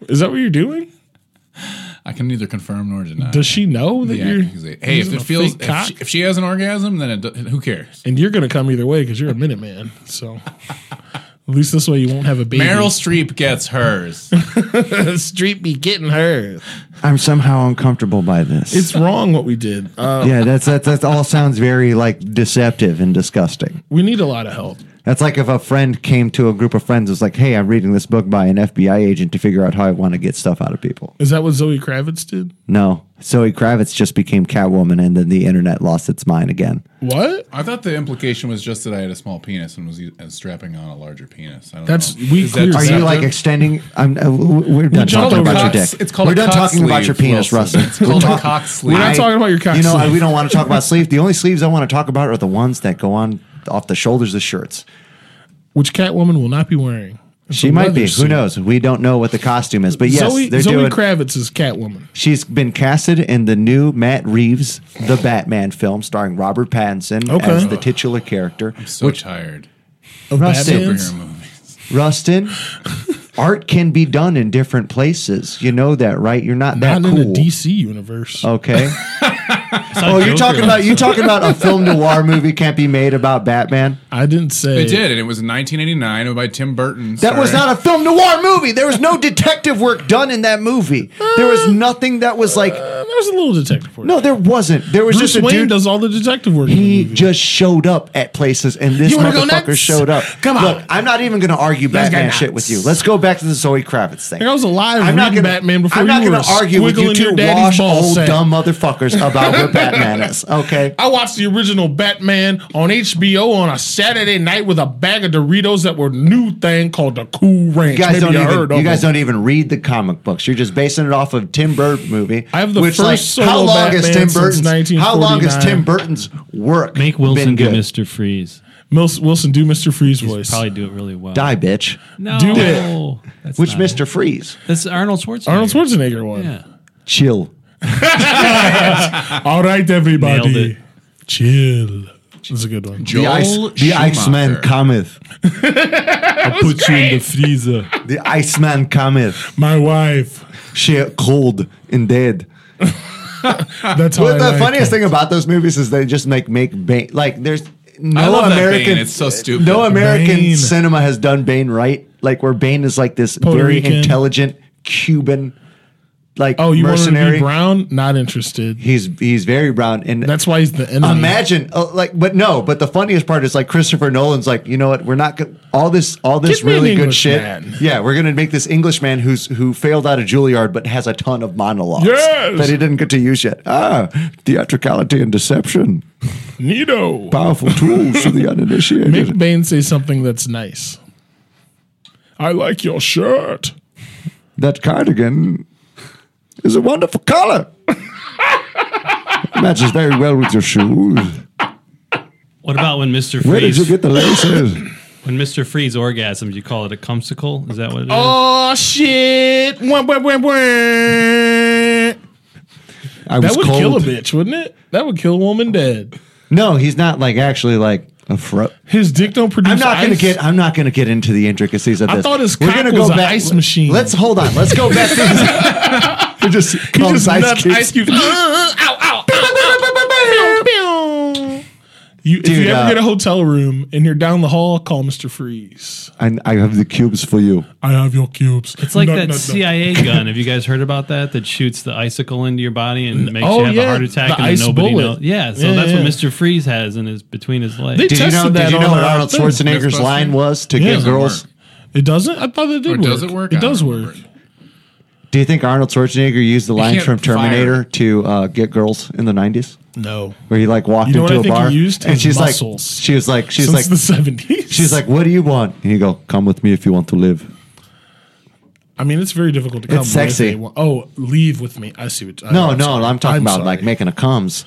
Is that what you're doing? I can neither confirm nor deny. Does she know that Yeah, you're? exactly. hey, if using it a feels fake if cock? she, if she has an orgasm, then it, do- who cares? and you're gonna come either way because you're a minute man. So At least this way you won't have a baby. Meryl Streep gets hers. Street be getting her. I'm somehow uncomfortable by this. It's wrong what we did. Uh, yeah, that's that. That all sounds very like deceptive and disgusting. we need a lot of help. That's like if a friend came to a group of friends and was like, "Hey, I'm reading this book by an FBI agent to figure out how I want to get stuff out of people." Is that what Zoe Kravitz did? No, Zoe Kravitz just became Catwoman, and then the internet lost its mind again. What? I thought the implication was just that I had a small penis and was e- and strapping on a larger penis. I don't That's- know. we Is cleared Are that you up. like extending? I'm, uh, we're done jumped talking over about your cocks- dick. It's called we're a done cock talking about your sleeve, penis, Wilson. Russell. It's called a cock sleeve. We're not I- talking about your cock You know, I- sleeve. we don't want to talk about sleeve. The only sleeves I want to talk about are the ones that go on off the shoulders of shirts. Which Catwoman will not be wearing? It's She a might leather be. Who suit. knows? We don't know what the costume is, but yes, Zoe, they're Zoe doing. Kravitz is Catwoman. she's been casted in the new Matt Reeves The Batman film starring Robert Pattinson Okay. Oh, as the titular character. so tired. Of Rusty. Batman's? Superhero movies. Rustin, art can be done in different places. You know that, right? You're not that Not cool. in the DC universe. Okay. oh, you're talking about you talking about a film noir movie can't be made about Batman. I didn't say They did, and it was in 1989 by Tim Burton. That was not a film noir movie. There was no detective work done in that movie. There was nothing that was like Uh, there was a little detective work. no, there wasn't. There was Bruce just a Wayne dude. does all the detective work. in the he movie. just showed up at places, and this You wanna go motherfucker nuts? showed up. Come on. Look, I'm not even going to argue Let's go Batman nuts. shit with you. Let's go back to the Zoe Kravitz thing. Like, I was alive I'm not reading gonna, Batman before I'm you not were gonna argue with you squiggling your two daddy's wash ball old sack. dumb motherfuckers about what Batman is. Okay. I watched the original Batman on HBO on a Saturday night with a bag of Doritos that were new thing called the Cool Ranch. You guys Maybe don't you even. heard you of guys them. don't even read the comic books. You're just basing it off of Tim Burton movie. I have the which, first like, solo how long has Batman Tim since Burton's How long has 1949. Tim Burton's work Make Wilson been do good? Mr. Freeze. Mils- Wilson, do Mr. Freeze voice. Probably do it really well. Die, bitch. No. Do it. That's Which not it. Mister Freeze? That's Arnold Schwarzenegger. Arnold Schwarzenegger one. Yeah. Chill. All right, Nailed everybody, it. chill. This is a good one. The ice. The Iceman cometh. I'll put you in the freezer. The Iceman cometh. My wife. She cold and dead. That's how But I the like funniest it. thing about those movies is they just make make Bane like there's no I love that American Bane. It's so stupid. No American Bane. cinema has done Bane right. Like where Bane is like this Puerto very Rican. intelligent Cuban like Oh, you want to mercenary. be brown? Not interested. He's he's very brown and That's why he's the enemy. imagine uh, like but no, but the funniest part is like Christopher Nolan's like, you know what? We're not go- all this all this Get me an really good Englishman. shit. Yeah, we're going to make this Englishman who's who failed out of Juilliard but has a ton of monologues Yes! that he didn't get to use yet. Ah, theatricality and deception Nito. powerful tools to the Make uninitiated. Bane say something that's nice. I like your shirt. That cardigan is a wonderful color. Matches very well with your shoes. What about when Mr. Where did you Freeze get the laces? when Mr. Freeze orgasms, you call it a cumsicle? Is that what it is? Oh shit! Wah, wah, wah, wah. I was That would kill a bitch, wouldn't it? That would kill a woman dead. No, he's not like actually like a fro. His dick don't produce. I'm not going ice. to get. I'm not going to get into the intricacies of I this. thought his cock was an ice machine. Let's hold on. Let's go back. to It just He comes just ice nuts cubes. ice cubes. Uh, uh, ow, ow, ow, ow, ow, ow. You, if Dude, you ever uh, get a hotel room and you're down the hall, call Mister Freeze. And I have the cubes for you. I have your cubes. It's like that CIA gun. Have you guys heard about that? That shoots the icicle into your body and makes oh, you have yeah, a heart attack the and then ice nobody bullet. knows. Yeah, so Yeah, that's yeah. what Mr. Freeze has in his between his legs. They Did you tested know? that Did you on know what a Arnold thing. Schwarzenegger's line was to Yeah. get girls? It doesn't. I thought it did. Or work. does it work? It I don't does remember work. it. Do you think Arnold Schwarzenegger used the lines can't from fire. Terminator to uh, get girls in the '90s, No. where he like walked You know what into I think a he bar used? and His she's muscles. like, she was like, she's Since like, the seventies. she's like, what do you want? And he go, come with me if you want to Oh, live. I mean, it's very difficult to come. with sexy. a wo- oh, leave with me. I see what. I- No, I'm no, sorry. I'm talking about sorry. like making a comes.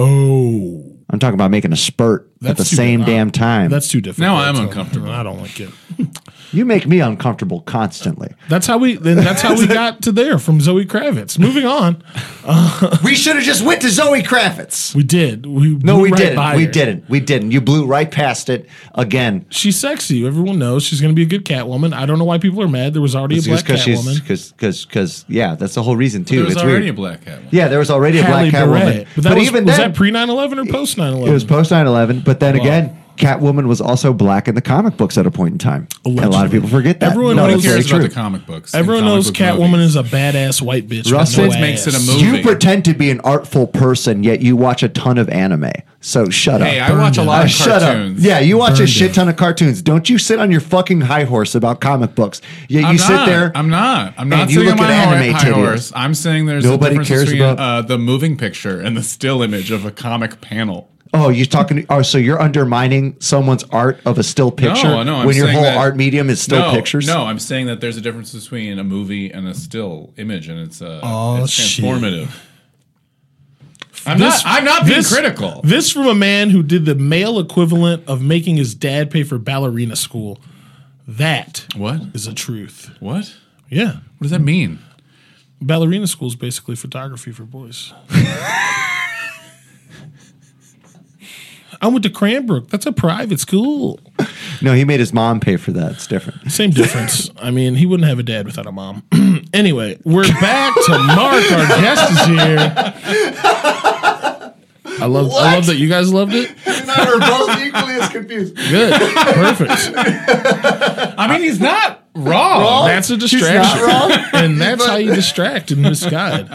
Oh, I'm talking about making a spurt at the too- same uh, damn time. That's too difficult. Now I'm That's- uncomfortable. I don't like it. you make me uncomfortable constantly. That's how we. Then that's how we got to there from Zoe Kravitz. Moving on, we should have just went to Zoe Kravitz. we did. We No, blew we right by didn't. We her. didn't. We didn't. You blew right past it again. She's sexy. Everyone knows she's going to be a good Catwoman. I don't know why people are mad. There was already a black Just because she's Catwoman. because because because yeah, that's the whole reason too. There was it's already weird. a black cat one. Yeah, there was already a Halle black cat Berry. woman. But, But, that was, even was then, that pre 9 11 or post 9 it was 11? post 9 11. But then again, Catwoman was also black in the comic books at a point in time. And a lot of people forget that. Everyone No, knows- that's very cares about true. the comic books. and Everyone comic knows book Catwoman movies. is a badass white bitch. Russ with no Fitz makes it a ass. movie. You pretend to be an artful person, yet you watch a ton of anime. So shut Hey, up. I watch a lot Uh, of shut up. cartoons. Yeah, you watch a Burned shit it. ton of cartoons. Don't you sit on your fucking high horse about comic books. Yet you I'm sit not. there. I'm not. I'm not and you sitting on look my at high anime high titties. horse. I'm saying there's Nobody a difference cares between about- uh, the moving picture and the still image of a comic panel. oh, you're talking. Oh, so you're undermining someone's art of a still picture no, I'm when your saying whole that- art medium is still no, pictures. No, I'm saying that there's a difference between a movie and a still image, and it's uh, Oh, it's shit. transformative. I'm This- not. I'm not being this- critical. This from a man who did the male equivalent of making his dad pay for ballerina school. That What? is a truth. What? Yeah. What does that mean? Ballerina school is basically photography for boys. I went to Cranbrook. That's a private school. No, he made his mom pay for that. It's different. Same difference. I mean, he wouldn't have a dad without a mom. anyway, we're back to Mark. Our guest is here. I love. I love that you guys loved it. We're both equally as confused. Good. Perfect. I mean, he's not wrong. That's a distraction. And that's how you distract and misguide.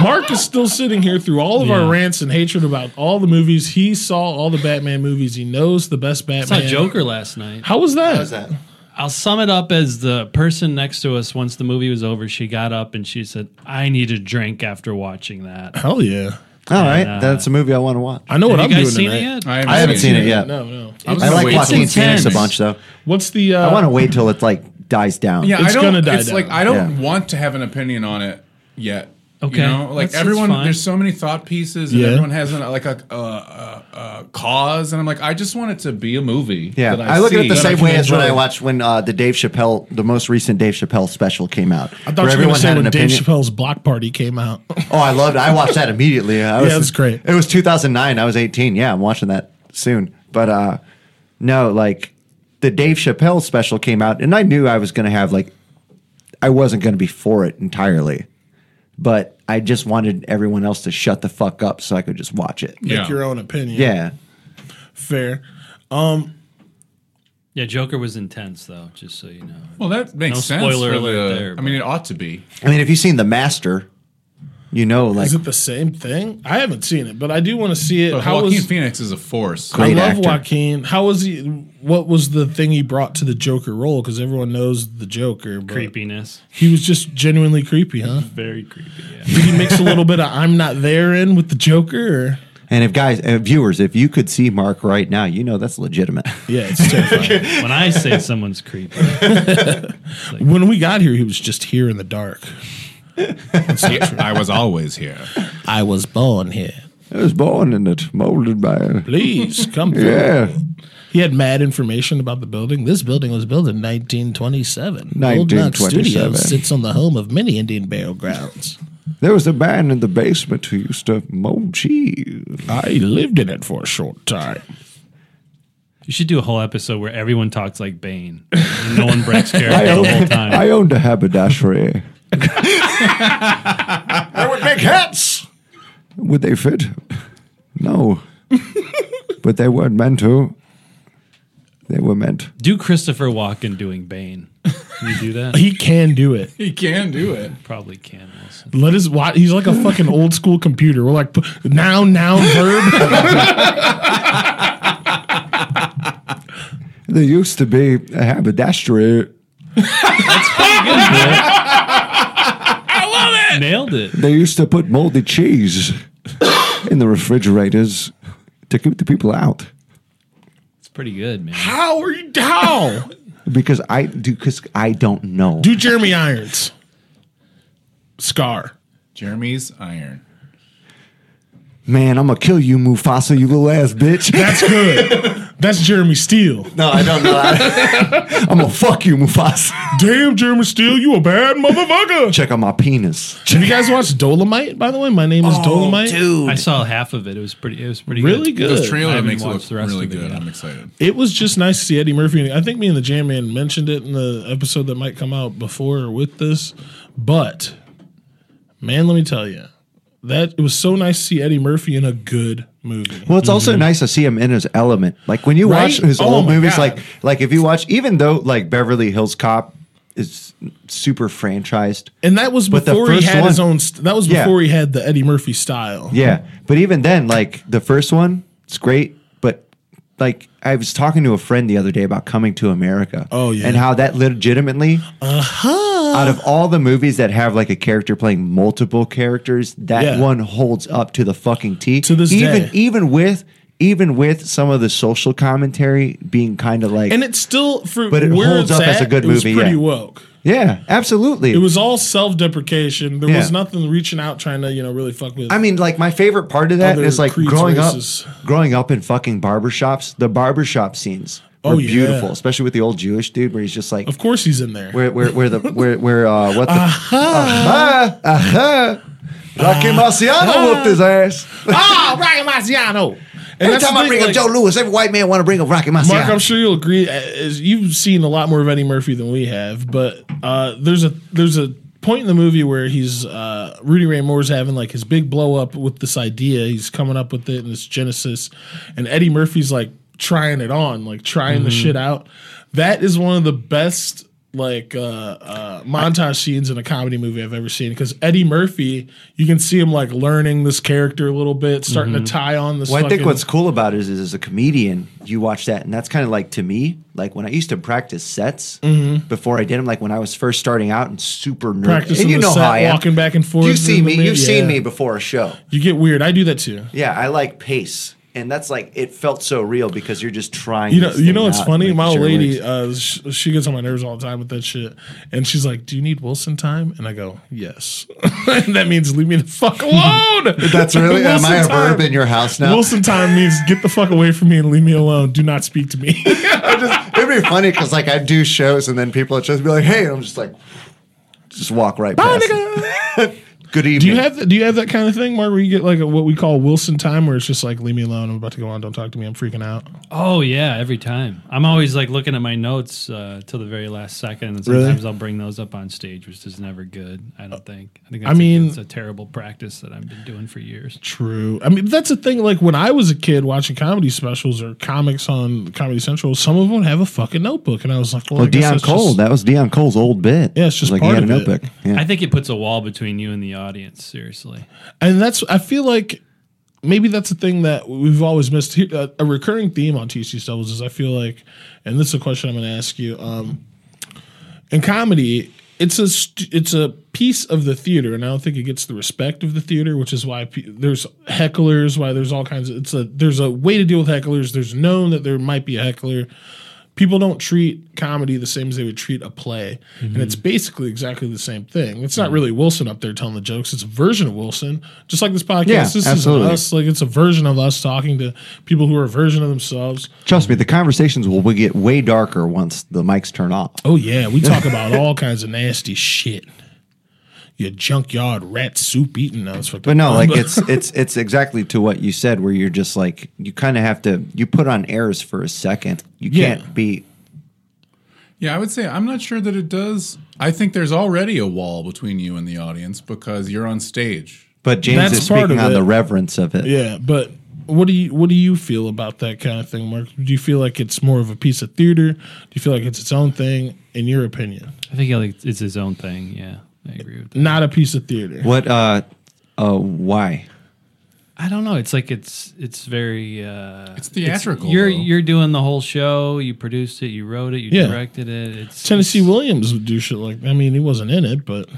Mark is still sitting here through all of our Yeah. rants and hatred about all the movies. He saw all the Batman movies. He knows the best saw Batman. Joker last night. How was that? How's that? I'll sum it up as the person next to us, once the movie was over, she got up and she said, I need a drink after watching that. Hell yeah. All right, uh, that's a movie I want to watch. I know what Have I'm you guys doing seen tonight. it yet? haven't, I haven't seen it yet. No, no. I gonna like wait Joaquin till Phoenix a ten. bunch though. What's the? Uh, I want to wait till it's like dies down. Yeah, It's I don't, gonna die It's down. like I don't Yeah. want to have an opinion on it yet. Okay. You know, like That's- that's everyone, fine. there's so many thought pieces, and Yeah. everyone has an, like a, a, a, a cause, and I'm like, I just want it to be a movie. Yeah, that I, look at it the see. same can way as when enjoy. I watched when uh, the Dave Chappelle, the most recent Dave Chappelle special came out. I thought you were going to say when Dave Chappelle's block party came out. Oh, I loved it. I watched that immediately. I was, it's great. It was 2009. I was 18. Yeah, I'm watching that soon. But uh, no, like the Dave Chappelle special came out, and I knew I was going to have like, I wasn't going to be for it entirely, but I just wanted everyone else to shut the fuck up so I could just watch it. Yeah. Make your own opinion. Fair. Yeah, Joker was intense, though, just so you know. Well, that makes No sense. spoiler for alert the- there, I but- mean, it ought to be. I mean, if you've seen The Master, you know, like, Is it the same thing? I haven't seen it, but I do want to see it. But How Joaquin was? Phoenix is a force. I Great love actor. Joaquin. How was he? What was the thing he brought to the Joker role? Because everyone knows the Joker. But Creepiness. He was just genuinely creepy, huh? Very creepy, yeah. Did he mix a little bit of "I'm not there" in with the Joker? Or? and if guys, uh, viewers, if you could see Mark right now, you know that's legitimate. Yeah, it's terrifying. when I say someone's creepy, when we got here, he was just here in the dark. I was always here. I was born here. It was born and it molded by. Please come through. Yeah, He had mad information about the building. This building was built in 1927. Old Knox 1927. Studios sits on the home of many Indian burial grounds. there was a man in the basement who used to mold cheese. I lived in it for a short time. you should do a whole episode where everyone talks like Bane. And no one breaks character owned, the whole time. I owned a haberdashery. I would make hats. Would they fit? No, but they weren't meant to. They were meant. do Christopher Walken doing Bane. Can you do that? He can do it. He can do it. Probably can, Wilson. Let his watch. He's like a fucking old school computer. We're like p- noun, noun, verb. There used to be a haberdashery. Nailed it. They used to put moldy cheese in the refrigerators to keep the people out. It's pretty good, man. How are you? How? Because I do. Because I don't know. Do Jeremy Irons. Scar. Jeremy's iron. Man, I'm gonna kill you, Mufasa, you little ass bitch. That's good. That's Jeremy Steele. No, I don't know. I'm gonna fuck you, Mufasa. Damn, Jeremy Steele, you a bad motherfucker. Check out my penis. Have you guys watched Dolomite? By the way, my name is Oh, Dolomite. I saw half of it. It was pretty. It was pretty Really good. good. The I trailer haven't makes it watched look the rest really of it good. yet. I'm excited. It was just nice to see Eddie Murphy. I think me and the Jam Man mentioned it in the episode that might come out before or with this, but man, let me tell you, that it was so nice to see Eddie Murphy in a good movie. Well, it's also nice to see him in his element. Like when you Mm-hmm. Right? watch his Oh old my movies, God. like like if you watch, even though like Beverly Hills Cop is super franchised, And that was But the before he first had his one- own. St- that was Yeah. before he had the Eddie Murphy style. yeah. But even then, like the first one, it's great. But like I was talking to a friend the other day about Coming to America. Oh, yeah. Uh-huh. and how that legitimately, out of all the movies that have like a character playing multiple characters, that Yeah. one holds up to the fucking T. To this even day. even with. Even with some of the social commentary being kind of like, And it's still for But it where holds it's up as at, a good it was movie, Pretty yeah. woke. Yeah, absolutely. It was all self deprecation. There was Yeah. nothing reaching out trying to you know really fuck with. I mean, like my favorite part of that Other is like creeds, growing races. up, growing up in fucking barbershops. The barbershop scenes were Oh, yeah. beautiful, especially with the old Jewish dude where he's just like, of Uh-huh. course he's in there. where, where, where the, where, where, uh, what the, aha, aha, Rocky Uh-huh. Marciano whooped his ass. Ah, Rocky Marciano. And Every that's time the I thing, bring like- up Joe Lewis, every white man want to bring up Rocky Marciano. Mark, I'm sure you'll agree. uh, As you've seen a lot more of Eddie Murphy than we have, but uh, there's a there's a point in the movie where he's uh, Rudy Ray Moore's having like his big blow up with this idea. He's coming up with it, and it's Genesis, and Eddie Murphy's like trying it on, like trying Mm-hmm. the shit out. That is one of the best like uh, uh, montage scenes in a comedy movie I've ever seen because Eddie Murphy, you can see him like learning this character a little bit, starting to tie on this. Mm-hmm. Well, I think fucking- what's cool about it is, is as a comedian, you watch that, and that's kind of like to me, like when I used to practice sets before I did them, like when I was first starting out and super nervous. Mm-hmm. practicing and you the know set, how I am. walking back and forth. You in see the me. mid- You've seen yeah. me before a show. You get weird. I do that too. Yeah, I like pace, and that's like it felt so real because you're just trying. You know, this you thing know, it's out, funny. like, My old sure lady, works. uh, sh- she gets on my nerves all the time with that shit, and she's like, "Do you need Wilson time?" And I go, "Yes." and that means leave me the fuck alone. That's really. am I a Wilson verb time- in your house now? Wilson time means get the fuck away from me and leave me alone. Do not speak to me. It'd be funny because like I do shows, and then people at shows be like, "Hey," and I'm just like, just walk right Bye, past. nigga. it. Good evening. Do you have do you have that kind of thing, Mark? Where you get like a, what we call Wilson time, where it's just like leave me alone. I'm about to go on. Don't talk to me. I'm freaking out. Oh yeah, every time. I'm always like looking at my notes uh, till the very last second, and sometimes I'll bring those up on stage, which is never good. I don't think. I think that's a- mean- it's a terrible practice that I've been doing for years. True. I mean, that's the thing. Like when I was a kid watching comedy specials or comics on Comedy Central, some of them would have a fucking notebook, and I was like, "Well, I Well, guess Dion that's Oh, Cole. just- that was Dion Cole's old bit. Yeah, it's just like part he had of a it. notebook. Yeah. I think it puts a wall between you and the audience. Seriously, and that's. I feel like maybe that's the thing that we've always missed. Here- A a recurring theme on TC Doubles is I feel like, and this is a question I'm going to ask you. Um, in comedy, it's a st- it's a piece of the theater, and I don't think it gets the respect of the theater, which is why pe- there's hecklers, why there's all kinds of. It's a there's a way to deal with hecklers. There's known that there might be a heckler. people don't treat comedy the same as they would treat a play. And Mm-hmm. it's basically exactly the same thing. It's not really Wilson up there telling the jokes. It's a version of Wilson, just like this podcast. Yeah, this is absolutely. us. Like it's a version of us talking to people who are a version of themselves. Trust me, the conversations will get way darker once the mics turn off. Oh yeah, we talk about all kinds of nasty shit. Your junkyard rat soup eating. No, it's fucked But up. no, like it's it's it's exactly to what you said, where you're just like you kind of have to you put on airs for a second. You Yeah. can't be. Yeah, I would say I'm not sure that it does. I think there's already a wall between you and the audience because you're on stage. But James That's is part speaking of on it. the reverence of it. Yeah, but what do you what do you feel about that kind of thing, Mark? Do you feel like it's more of a piece of theater? Do you feel like it's its own thing? In your opinion, I think like, it's his own thing. Yeah, I agree with that. not a piece of theater. What? Uh, uh, why? I don't know. It's like it's it's very uh, It's theatrical. You're though. you're doing the whole show. You produced it. You wrote it. You Yeah. directed it. It's Tennessee it's- Williams would do shit like. I mean, he wasn't in it, but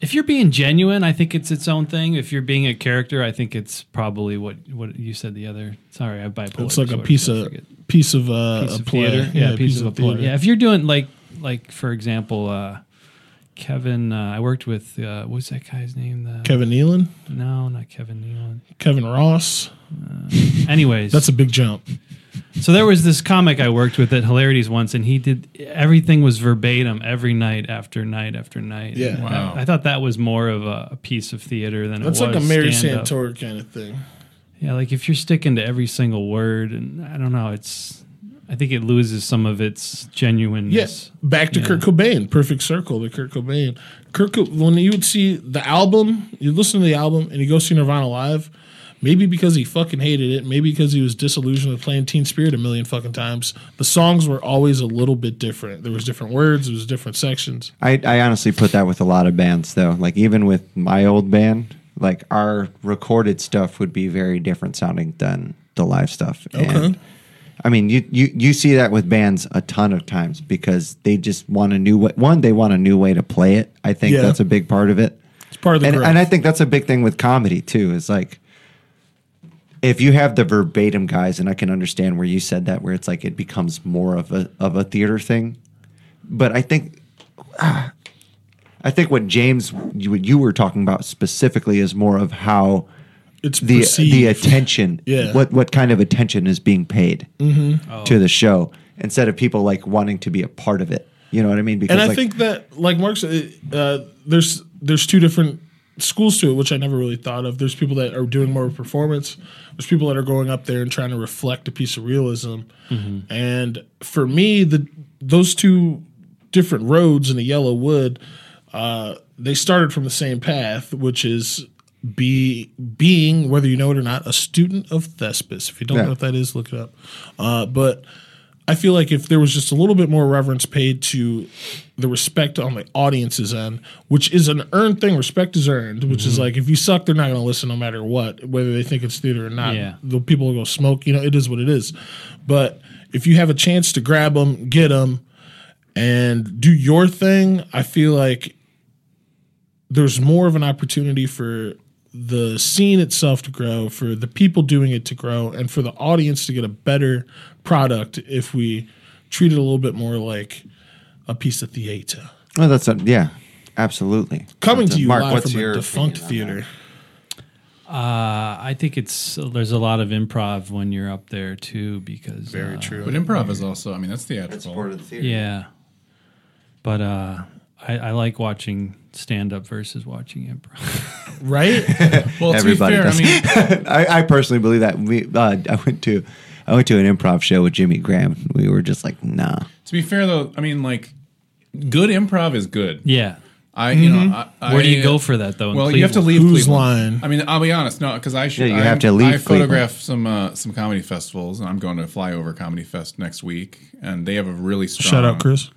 If you're being genuine, I think it's its own thing. If you're being a character, I think it's probably what what you said the other. Sorry, I have bipolar. it's like a disorder, piece so I of forget. piece of uh, piece a of play. theater. Yeah, a piece, of, a play. Yeah, if you're doing like like for example, uh, Kevin. Uh, I worked with uh, what's that guy's name? The, Kevin Nealon, No, not Kevin Nealon. Kevin Ross. Anyways, That's a big jump. So there was this comic I worked with at Hilarities once, and he did everything was verbatim every night after night after night. Yeah. And Wow. I, I thought that was more of a, a piece of theater than That's it like was a Mary stand-up. Santor kind of thing. Yeah, like if you're sticking to every single word, and I don't know, it's I think it loses some of its genuineness. Yes, back to Kurt Cobain, perfect circle to Kurt Cobain. Kurt, Co- when you would see the album, you listen to the album, and you go see Nirvana live. Maybe because he fucking hated it. Maybe because he was disillusioned with playing Teen Spirit a million fucking times. The songs were always a little bit different. There was different words. There was different sections. I, I honestly put that with a lot of bands though. Like even with my old band, like our recorded stuff would be very different sounding than the live stuff. And I mean, you, you you see that with bands a ton of times because they just want a new way. One, they want a new way to play it. I think Yeah. that's a big part of it. It's part of the and, growth. and I think that's a big thing with comedy too. Is like if you have the verbatim guys, and I can understand where you said that, where it's like it becomes more of a of a theater thing. But I think, ah, I think what James you, what you were talking about specifically is more of how it's the perceived. the attention, Yeah. Mm-hmm. what what kind of attention is being paid to the show instead of people like wanting to be a part of it. You know what I mean? Because and I like, think that like Mark said, uh, there's there's two different schools to it, which I never really thought of. There's people that are doing more performance. There's people that are going up there and trying to reflect a piece of realism. Mm-hmm. And for me, the those two different roads in the yellow wood, uh, they started from the same path, which is be being whether you know it or not a student of Thespis. If you don't Yeah. know what that is, look it up. Uh, but I feel like if there was just a little bit more reverence paid to the respect on the audience's end, which is an earned thing, respect is earned, which is like if you suck, they're not going to listen no matter what, whether they think it's theater or not. Yeah. The people will go smoke, you know, it is what it is. But if you have a chance to grab them, get them, and do your thing, I feel like there's more of an opportunity for the scene itself to grow, for the people doing it to grow, and for the audience to get a better product if we treat it a little bit more like a piece of theater. oh, that's a, yeah, absolutely. Coming That's a- to you Mark, live what's from a your defunct opinion on that? theater. Uh, I think it's there's a lot of improv when you're up there too because Very uh, true. But improv is also, I mean, that's theatrical. part of the theater. Yeah, but uh, I, I like watching stand up versus watching improv. Right? well, to be Everybody fair, does. I mean, I, I personally believe that. We, uh, I went to I went to an improv show with Jimmy Graham. We were just like, nah. to be fair though, I mean, like, good improv is good. yeah, Mm-hmm. I, you know, I, where do I- you go for that though? in Well, you have to Cleveland? leave. Who's Cleveland. lying? I mean, I'll be honest. No, because I should. Yeah, you I, have to leave I photograph some uh, some comedy festivals, and I'm going to Flyover Comedy Fest next week, and they have a really strong. Shout out, Chris.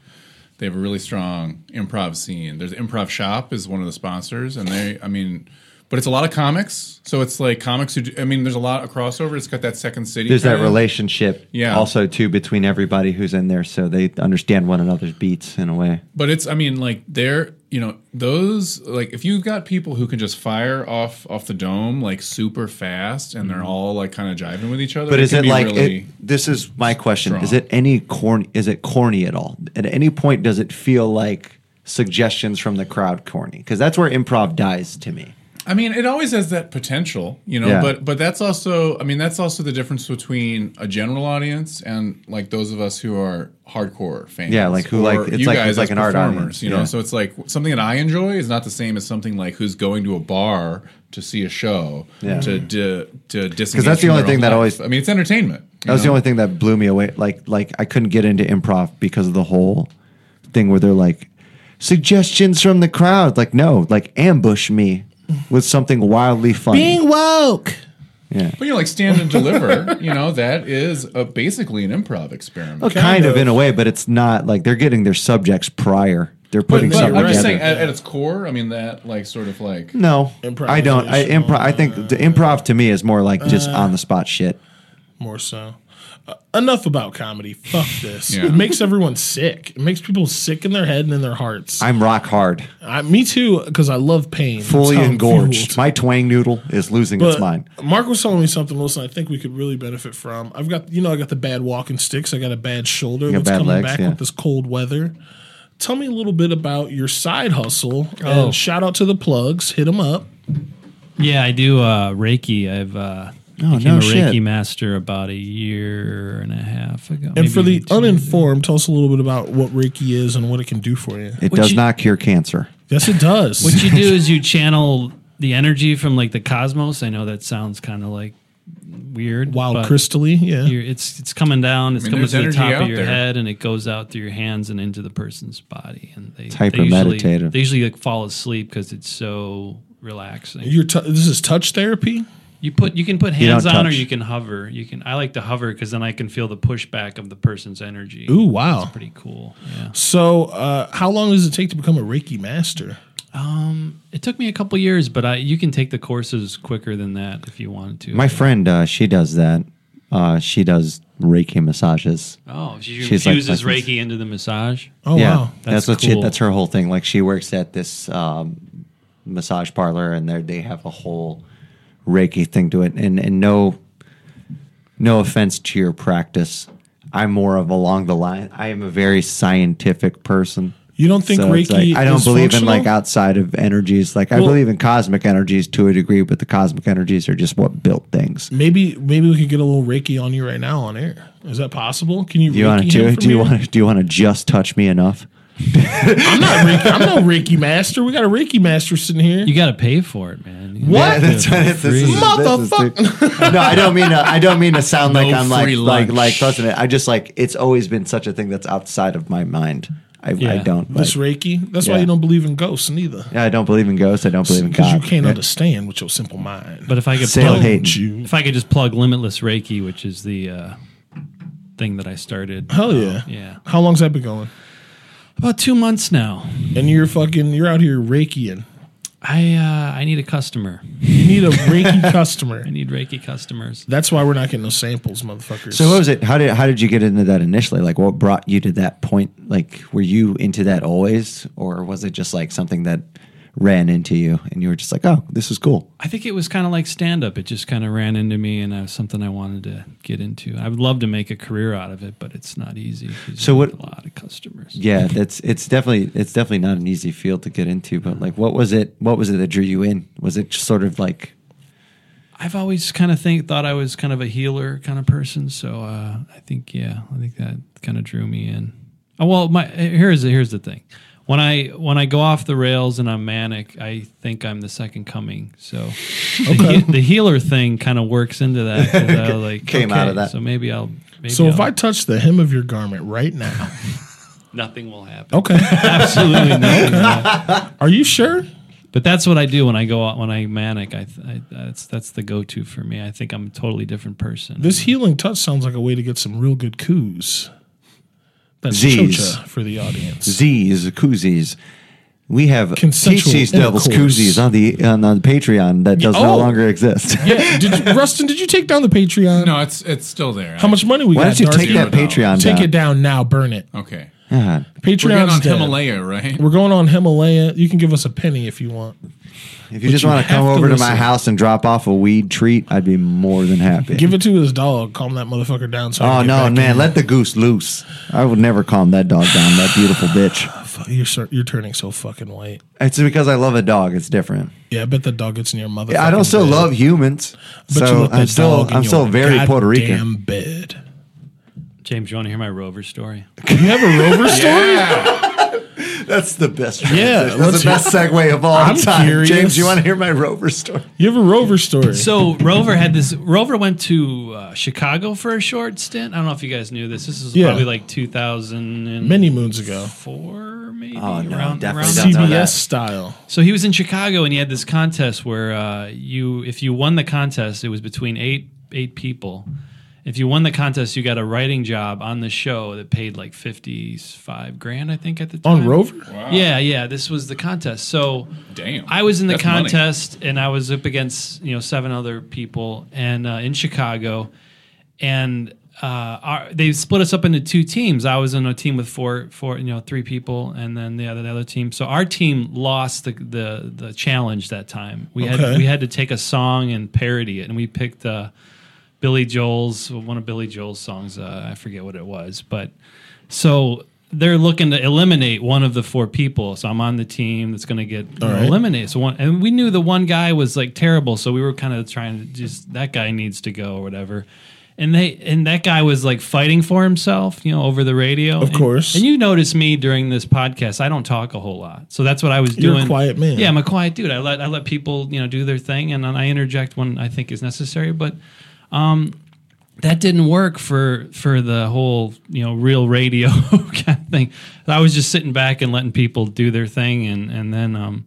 They have a really strong improv scene. There's Improv Shop is one of the sponsors, and they, I mean, but it's a lot of comics, so it's like comics who. Do, I mean, there's a lot of crossover. It's got that second city. There's that kinda- relationship, Yeah. also too between everybody who's in there, so they understand one another's beats in a way. But it's, I mean, like they're, you know, those like if you've got people who can just fire off off the dome like super fast, and they're all like kind of jiving with each other. Mm-hmm. But is can it be like really- it, this? Is my question? Is strong. it any corny? Is it corny at all? At any point, does it feel like suggestions from the crowd corny? Because that's where improv dies to me. I mean, it always has that potential, you know. Yeah. But but that's also, I mean, that's also the difference between a general audience and like those of us who are hardcore fans. Yeah, like, who or like- it's you like- guys it's like as an art performers, audience, you know. yeah. So it's like something that I enjoy is not the same as something like who's going to a bar to see a show Yeah. to to to disengage. that's the from only their thing own that life. always- I mean, it's entertainment. you That was the know? only thing that blew me away. Like like I couldn't get into improv because of the whole thing where they're like suggestions from the crowd. Like no, like ambush me with something wildly funny. Being woke. yeah. But you know, like stand and deliver, you know, that is a, basically an improv experiment. Well, kind, kind of, of. in a way, but it's not like they're getting their subjects prior. They're putting But something I'm just together. saying, uh, at, at its core, I mean, that like sort of like no, I don't. I improv. uh, I think the improv to me is more like just on the spot shit. more so. Uh, enough about comedy. Fuck this. Yeah. It makes everyone sick. It makes people sick in their head and in their hearts. I, I'm rock hard, me too, because I love pain. That's fully how I'm engorged. fueled. My twang noodle is losing its But mind. Mark was telling me something, Wilson. I think we could really benefit from. I've got, you know, I got the bad walking sticks. I got a bad shoulder got that's bad coming legs, back yeah. with this cold weather. Tell me a little bit about your side hustle. Oh. And shout out to the plugs. Hit them up. Yeah, I do uh, Reiki. I've uh, Oh, became no a shit. Reiki master about a year and a half ago. And for the uninformed, tell us a little bit about what Reiki is and what it can do for you. It Would does you- not cure cancer. yes, it does. what you do is you channel the energy from like the cosmos. I know that sounds kind of like weird. Wild but crystally, yeah. you're- It's it's coming down. It's mean, coming there's to the energy top out of your there. head, and it goes out through your hands and into the person's body. And they It's they usually, hyper-meditative. They usually like fall asleep because it's so relaxing. You, You're t- this is touch therapy. put you can put You don't hands on, or touch. you can hover. You can. I like to hover because then I can feel the pushback of the person's energy. Ooh, wow. pretty cool. Yeah. So, uh, how long does it take to become a Reiki master? Um, it took me a couple years, but I you can take the courses quicker than that if you wanted to. My friend, uh, she does that. Uh, she does Reiki massages. oh, she She's like infuses my- Reiki into the massage. Oh yeah, wow, that's, That's what she, cool. that's her whole thing. Like she works at this um, massage parlor, and there they have a whole Reiki thing to it. And and no, no offense to your practice, I'm more of along the line. I am a very scientific person. you don't think So Reiki? it's like, I don't is believe in functional? like outside of energies. Like I Well- believe in cosmic energies to a degree, but the cosmic energies are just what built things. maybe maybe we could get a little Reiki on you right now on air. Is that possible? Can you? Do you Reiki want to? him Do, from do you here? want to? Do you want to just touch me enough? I'm not. Reiki, I'm no Reiki master. We got a Reiki master sitting here. You got to pay for it, man. You What? gotta do it That's for what it- this is- free. Motherfuck- this is- dude. No, I don't mean to, I don't mean to sound like No I'm like free like lunch. like trusting it. I just like it's always been such a thing that's outside of my mind. I, I Yeah. don't. Like, this Reiki. That's why Yeah. you don't believe in ghosts neither. yeah, I don't believe in ghosts. I don't believe in Because God. you can't Yeah. understand with your simple mind. But if I could Sale plug, hate. you. if I could just plug Limitless Reiki, which is the uh, thing that I started. Hell yeah. Oh, Yeah, How long's that been going? about two months now. And you're fucking. You're out here Reikiing. I uh, I need a customer. You need a Reiki customer. I need Reiki customers. That's why we're not getting no samples, motherfuckers. So what was it? How did how did you get into that initially? Like what brought you to that point? Like were you into that always, or was it just like something that ran into you and you were just like, oh, this is cool? I think it was kind of like stand up. It just kind of ran into me, and it was something I wanted to get into. I would love to make a career out of it, but it's not easy. 'cause So you what- need A lot of customers. Yeah, that's it's definitely it's definitely not an easy field to get into. But like, what was it? What was it that drew you in? Was it just sort of like I've always kind of think thought I was kind of a healer kind of person. So uh, I think yeah, I think that kind of drew me in. Oh, well, my here's the, here's the thing. When I when I go off the rails and I'm manic, I think I'm the second coming. So the, he- the healer thing kind of works into that. 'cause I was like, Came out of okay, that. So maybe I'll. Maybe so if I'll- I touch the hem of your garment right now, nothing will happen. okay? Absolutely nothing. will happen. Are you sure? But that's what I do when I go out when I manic. I, th- I that's that's the go to for me. I think I'm a totally different person. This healing touch sounds like a way to get some real good coos. That's Z's. chocha for the audience. Z's, koozies. We have Consensual TC's Devils intercourse. koozies on the on, on Patreon that does oh. no longer exist. yeah, did you, Rustin, did you take down the Patreon? No, it's it's still there. How much money we Why got? don't you Darcy? take that Zero Patreon? Take down? it down now. Burn it. Okay. God. We're getting Patreon's on dead. Himalaya, right? uh, We're going on Himalaya. You can give us a penny if you want. If you just you want to have come to over to my listen. house and drop off a weed treat, I'd be more than happy. Give it to his dog. Calm that motherfucker down. So I oh can get no, back man! Let the goose loose. I would never calm that dog down. That beautiful bitch. in. Fuck, You're sur- you're turning so fucking white. It's because I love a dog. It's different. Yeah, I bet the dog gets in your mother. Yeah, I don't still love humans, But you so let that I'm still dog in I'm still your very Puerto Rican. goddamn bed. James, you want to hear my Rover story? You have a rover story? That's the best. Yeah, transition. let's that's the best segue of all I'm time. curious. James, you want to hear my rover story? You have a rover story. So Rover had this. Rover went to uh, Chicago for a short stint. I don't know if you guys knew this. This is Yeah. probably like 2004, many moons ago, maybe. Oh, no, definitely around don't that. know that. CBS style. So he was in Chicago and he had this contest where uh, you, if you won the contest, it was between eight eight people. If you won the contest, you got a writing job on the show that paid like fifty five grand, I think, at the time. On Rover? Wow. Yeah, yeah. This was the contest. So Damn. I was in the That's money. contest and I was up against you know seven other people and uh, in Chicago, and uh, our, they split us up into two teams. I was in a team with four, four you know three people, and then the other the other team. So our team lost the the, the challenge that time. We Okay. had we had to take a song and parody it, and we picked. Uh, Billy Joel's one of Billy Joel's songs. Uh, I forget what it was, but so they're looking to eliminate one of the four people. So I'm on the team that's going to get you know, right. eliminated. So one, and we knew the one guy was like terrible, so we were kind of trying to just that guy needs to go or whatever. And they and that guy was like fighting for himself, you know, over the radio. Of course. And you notice me during this podcast, I don't talk a whole lot, so that's what I was You're a doing. quiet man. Yeah, I'm a quiet dude. I let I let people you know do their thing, and then I interject when I think is necessary. But um, that didn't work for for the whole you know real radio kind of thing. I was just sitting back and letting people do their thing, and and then um,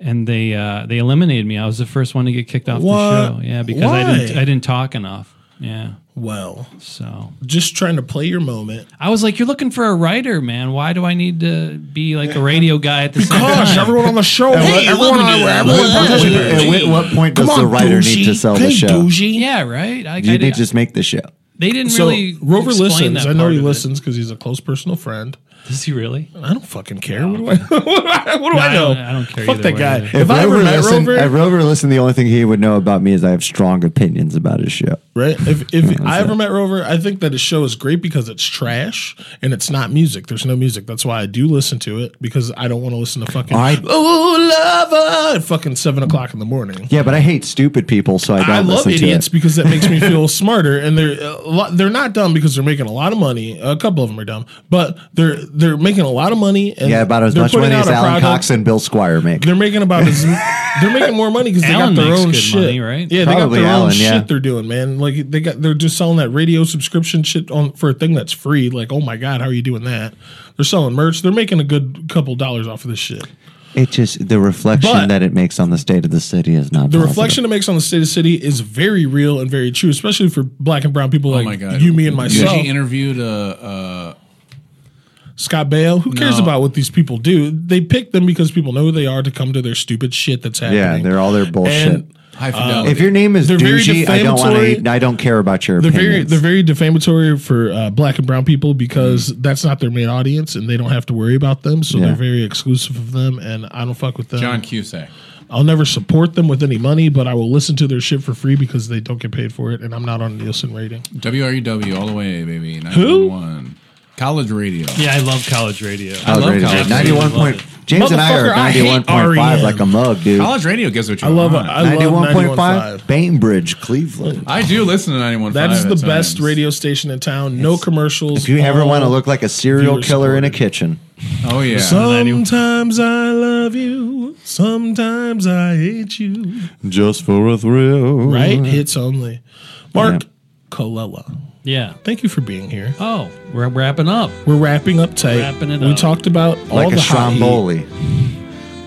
and they uh, they eliminated me. I was the first one to get kicked off the What? show. Yeah, because I didn't Why? I didn't talk enough. Yeah, Well, so just trying to play your moment. I was like, "You're looking for a writer, man. Why do I need to be like a radio guy at the same Gosh, time?" everyone on the show. Hey, everyone on What- the at what point does the writer need to sell the show? yeah, right. I, You I- need to just make the show. they didn't So really. Rover explain listens. that I know part he of it. listens because he's a close personal friend. Does he really? I don't fucking care. What do I? What do I, what do I I know? don't- I don't care Fuck either that way, guy. either. If, I ever met listened, Rover, if Rover listened, the only thing he would know about me is I have strong opinions about his show. right? If if I ever met Rover, I think that his show is great because it's trash and it's not music. There's no music. That's why I do listen to it because I don't want to listen to fucking I- oh lover at fucking seven o'clock in the morning. Yeah, but I hate stupid people, so I don't I love listen idiots to it. because that makes me feel smarter, and they're a lot, they're not dumb because they're making a lot of money. A couple of them are dumb, but they're they're making a lot of money. And Yeah, about as they're much putting money out as a Alan product. Cox and Bill Squire make. They're making about as they're making more money because they Alan got their makes own good shit, money, right? Yeah, Probably they got their Alan, own yeah. shit they're doing, man. Like they got they're just selling that radio subscription shit on for a thing that's free. Like, oh my god, how are you doing that? They're selling merch. They're making a good couple dollars off of this shit. It just the reflection But- that it makes on the state of the city is not The positive. reflection it makes on the state of city is very real and very true, especially for black and brown people Oh like my god! you, me, and myself. She interviewed uh, a, Scott Baio. Who cares No. about what these people do? They pick them because people know who they are to come to their stupid shit that's happening. Yeah, they're all their bullshit. And uh, a high fidelity. if your name is They're very douchey, I don't want defamatory. to. I don't care about your They're very opinions. they're very defamatory for uh, black and brown people because Mm. that's not their main audience and they don't have to worry about them. So Yeah. they're very exclusive of them, and I don't fuck with them. John Cusack. I'll never support them with any money, but I will listen to their shit for free because they don't get paid for it, and I'm not on Nielsen rating. WRUW E all the way, baby. Who? 911. College radio. Yeah, I love college radio. I love rated college it. Ninety-one radio. point. James and I are Motherfucker, I hate E ninety-one point five, REM. like a mug, dude. College radio gives what you I love want. I love Ninety-one point 91.5. five, Bainbridge, Cleveland. I do listen to 91.5. That is the at best times. radio station in town. No commercials. If you ever all- want to look like a serial viewer killer in a supported. kitchen, Oh, yeah. Sometimes I love you. Sometimes I hate you. just for a thrill, Right? Hits only. Mark Yeah. Colella, Yeah. thank you for being here. Oh, we're wrapping up. We're wrapping up tight. Wrapping it we up. talked about all Like the a hot heat. Stromboli.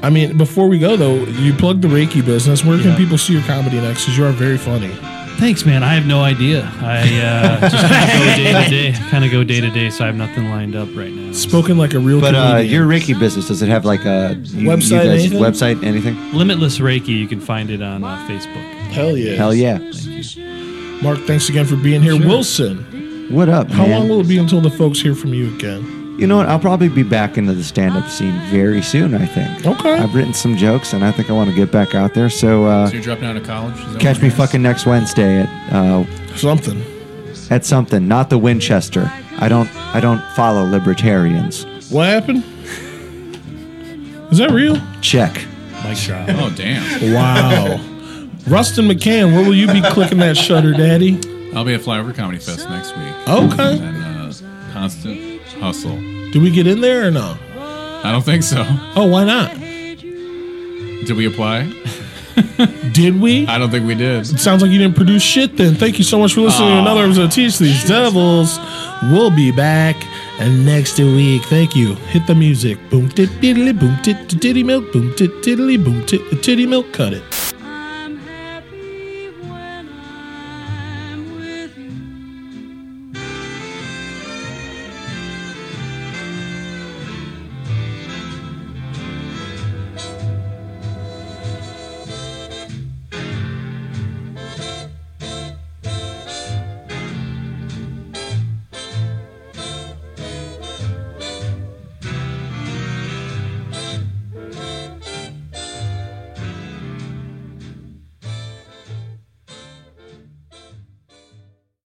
I mean, before we go though, you plug the Reiki business. Where can people see your comedy next? Because you are very funny. Thanks, man. I have no idea. I uh, just kind of go day to day. Kind of go day to day, so I have nothing lined up right now. Spoken like a real But uh, comedian. your Reiki business does it have like a you, Website, You guys, anything? website, anything? Limitless Reiki. You can find it on uh, Facebook. Hell yeah. Hell yeah! Mark, thanks again for being here. Wilson, What up, how man? long will it be until the folks hear from you again? You know what? I'll probably be back into the stand up scene very soon, I think. Okay. I've written some jokes and I think I want to get back out there. So, uh, So you're dropping out of college? Is that catch what me it is? fucking next Wednesday at uh, Something. at something, not the Winchester. I don't I don't follow libertarians. What happened? Is that real? Check. Mic drop. Oh, damn. Wow. Rustin McCann, where will you be clicking that shutter, Daddy? I'll be at Flyover Comedy Fest next week. Oh. Okay. And uh, constant hustle. Do we get in there or no? I don't think so. Oh, why not? Did we apply? Did we? I don't think we did. Sounds like you didn't produce shit then. Thank you so much for listening to another episode of Teach These Devils. We'll be back next week. Thank you. Hit the music. Boom tit diddly boom tit titty milk boom tit tiddly boom tit titty milk. Cut it.